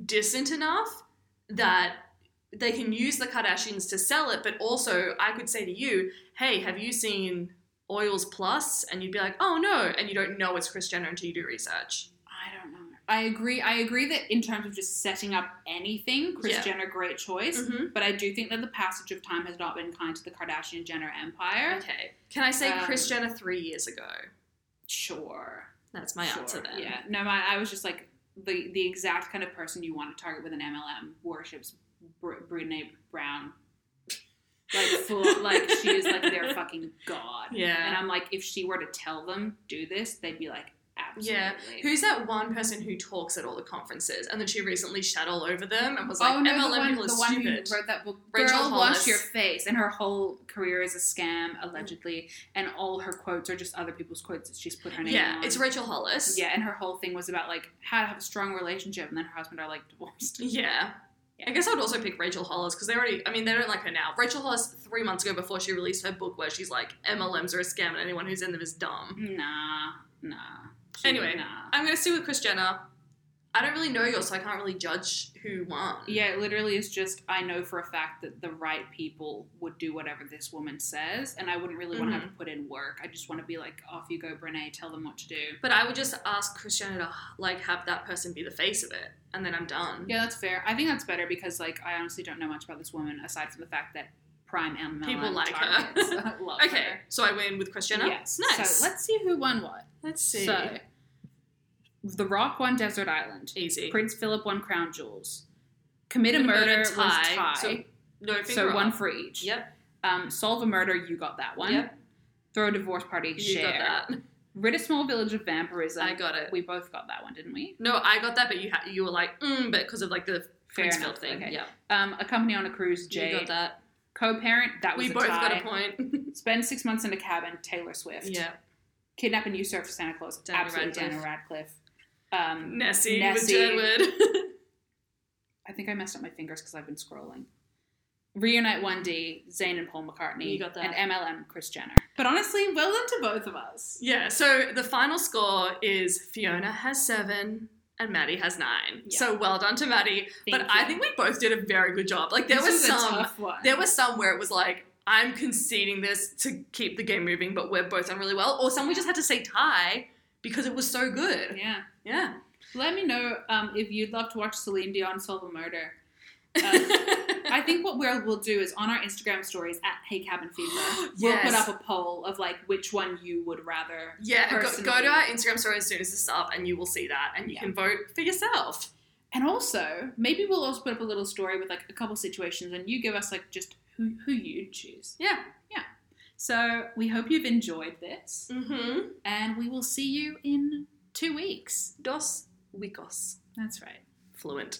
[SPEAKER 4] distant enough that they can use the Kardashians to sell it, but also I could say to you, hey, have you seen Oils Plus? And you'd be like, oh no. And you don't know it's Chris Jenner until you do research.
[SPEAKER 1] I don't know. I agree. I agree that in terms of just setting up anything, Chris
[SPEAKER 4] Yeah.
[SPEAKER 1] Jenner, great choice.
[SPEAKER 4] Mhm.
[SPEAKER 1] But I do think that the passage of time has not been kind to the Kardashian Jenner empire.
[SPEAKER 4] Okay. Can I say
[SPEAKER 1] Um,
[SPEAKER 4] Chris Jenner three years ago?
[SPEAKER 1] Sure.
[SPEAKER 4] That's my
[SPEAKER 1] sure.
[SPEAKER 4] answer then.
[SPEAKER 1] Yeah. No, my, I was just like the the exact kind of person you want to target with an MLM worships Br- Brene Brown. Like full, like she is like their fucking god.
[SPEAKER 4] Yeah.
[SPEAKER 1] And I'm like, if she were to tell them do this, they'd be like, absolutely.
[SPEAKER 4] Yeah. Who's that one person who talks at all the conferences and then she recently shat all over them and was like,
[SPEAKER 1] oh no,
[SPEAKER 4] MLM
[SPEAKER 1] the one,
[SPEAKER 4] people
[SPEAKER 1] the
[SPEAKER 4] are
[SPEAKER 1] one who
[SPEAKER 4] stupid.
[SPEAKER 1] wrote that book.
[SPEAKER 4] Rachel
[SPEAKER 1] Girl,
[SPEAKER 4] Hollis.
[SPEAKER 1] wash your face, and her whole career is a scam allegedly, and all her quotes are just other people's quotes that she's put her name
[SPEAKER 4] yeah,
[SPEAKER 1] on.
[SPEAKER 4] it's Rachel Hollis.
[SPEAKER 1] Yeah, and her whole thing was about like how to have a strong relationship, and then her husband are like divorced.
[SPEAKER 4] Yeah. I guess I would also pick Rachel Hollis because they already, I mean, they don't like her now. Rachel Hollis, three months ago before she released her book, where she's like, MLMs are a scam and anyone who's in them is
[SPEAKER 1] Mm.
[SPEAKER 4] dumb.
[SPEAKER 1] Nah, nah.
[SPEAKER 4] Anyway.
[SPEAKER 1] nah.
[SPEAKER 4] I'm going to see with Chris Jenner. I don't really know yours, so I can't really judge who won.
[SPEAKER 1] Yeah, it literally is just I know for a fact that the right people would do whatever this woman says, and I wouldn't really want to
[SPEAKER 4] Mm-hmm.
[SPEAKER 1] have to put in work. I just want to be like, off you go, Brene, tell them what to do.
[SPEAKER 4] But I would just ask Chris Jenner to, like, have that person be the face of it, and then I'm done.
[SPEAKER 1] Yeah, that's fair. I think that's better because like I honestly don't know much about this woman aside from the fact that prime MLM
[SPEAKER 4] People like her.
[SPEAKER 1] targets uh, love
[SPEAKER 4] Okay,
[SPEAKER 1] her.
[SPEAKER 4] so I win with Chris Jenner?
[SPEAKER 1] Yes.
[SPEAKER 4] Nice.
[SPEAKER 1] So let's see who won what.
[SPEAKER 4] Let's
[SPEAKER 1] So The Rock won Desert Island.
[SPEAKER 4] Easy.
[SPEAKER 1] Prince Philip won Crown Jewels. Commit a
[SPEAKER 4] Commit a
[SPEAKER 1] murder
[SPEAKER 4] murder
[SPEAKER 1] was
[SPEAKER 4] tie,
[SPEAKER 1] tie.
[SPEAKER 4] so
[SPEAKER 1] So,
[SPEAKER 4] no finger up.
[SPEAKER 1] one for each.
[SPEAKER 4] Yep,
[SPEAKER 1] Um, solve a murder, you got that one.
[SPEAKER 4] Yep.
[SPEAKER 1] Throw a divorce party,
[SPEAKER 4] you
[SPEAKER 1] share.
[SPEAKER 4] got that.
[SPEAKER 1] Rid a small village of vampirism.
[SPEAKER 4] I got it.
[SPEAKER 1] We both got that one, didn't we?
[SPEAKER 4] No, I got that, but you ha- you were like, mm, but because of like the
[SPEAKER 1] Fair
[SPEAKER 4] Princeville
[SPEAKER 1] enough,
[SPEAKER 4] thing.
[SPEAKER 1] okay.
[SPEAKER 4] Yeah,
[SPEAKER 1] Um, a company on a cruise,
[SPEAKER 4] you
[SPEAKER 1] Jade.
[SPEAKER 4] got that.
[SPEAKER 1] Co-parent, that was
[SPEAKER 4] We
[SPEAKER 1] a
[SPEAKER 4] both
[SPEAKER 1] tie.
[SPEAKER 4] got a point.
[SPEAKER 1] Spend six months in a cabin, Taylor Swift.
[SPEAKER 4] yeah,
[SPEAKER 1] Kidnap and usurp for Santa Claus,
[SPEAKER 4] Daniel
[SPEAKER 1] absolutely
[SPEAKER 4] Radcliffe.
[SPEAKER 1] Daniel Radcliffe. Um,
[SPEAKER 4] Nessie,
[SPEAKER 1] Nessie.
[SPEAKER 4] with Jedward.
[SPEAKER 1] I think I messed up my fingers because I've been scrolling. Reunite 1D, Zayn and Paul McCartney,
[SPEAKER 4] You got that.
[SPEAKER 1] and MLM, Chris Jenner. But honestly, well done to both of us.
[SPEAKER 4] yeah. So the final score is Fiona has seven. And Maddie has nine.
[SPEAKER 1] Yeah.
[SPEAKER 4] So well done to Maddie.
[SPEAKER 1] Thank
[SPEAKER 4] but I
[SPEAKER 1] you.
[SPEAKER 4] think we both did a very good job. Like there
[SPEAKER 1] This
[SPEAKER 4] was
[SPEAKER 1] a
[SPEAKER 4] some
[SPEAKER 1] tough one.
[SPEAKER 4] There was some where it was like, I'm conceding this to keep the game moving, but we're both done really well. Or some we just had to say tie because it was so good.
[SPEAKER 1] yeah.
[SPEAKER 4] Yeah.
[SPEAKER 1] Let me know um, if you'd love to watch Celine Dion solve a murder. Um, I think what we'll, we'll do is on our Instagram stories at Hey Cabin Fever, we'll put
[SPEAKER 4] Yes.
[SPEAKER 1] up a poll of like which one you would rather.
[SPEAKER 4] yeah, go, go
[SPEAKER 1] Personally.
[SPEAKER 4] to our Instagram story as soon as this is up and you will see that and you
[SPEAKER 1] Yeah.
[SPEAKER 4] can vote for yourself.
[SPEAKER 1] And also, maybe we'll also put up a little story with like a couple situations, and you give us like just who who you'd choose.
[SPEAKER 4] Yeah.
[SPEAKER 1] So we hope you've enjoyed this,
[SPEAKER 4] Mm-hmm.
[SPEAKER 1] and we will see you in two weeks.
[SPEAKER 4] Dos wicos.
[SPEAKER 1] That's right.
[SPEAKER 4] Fluent.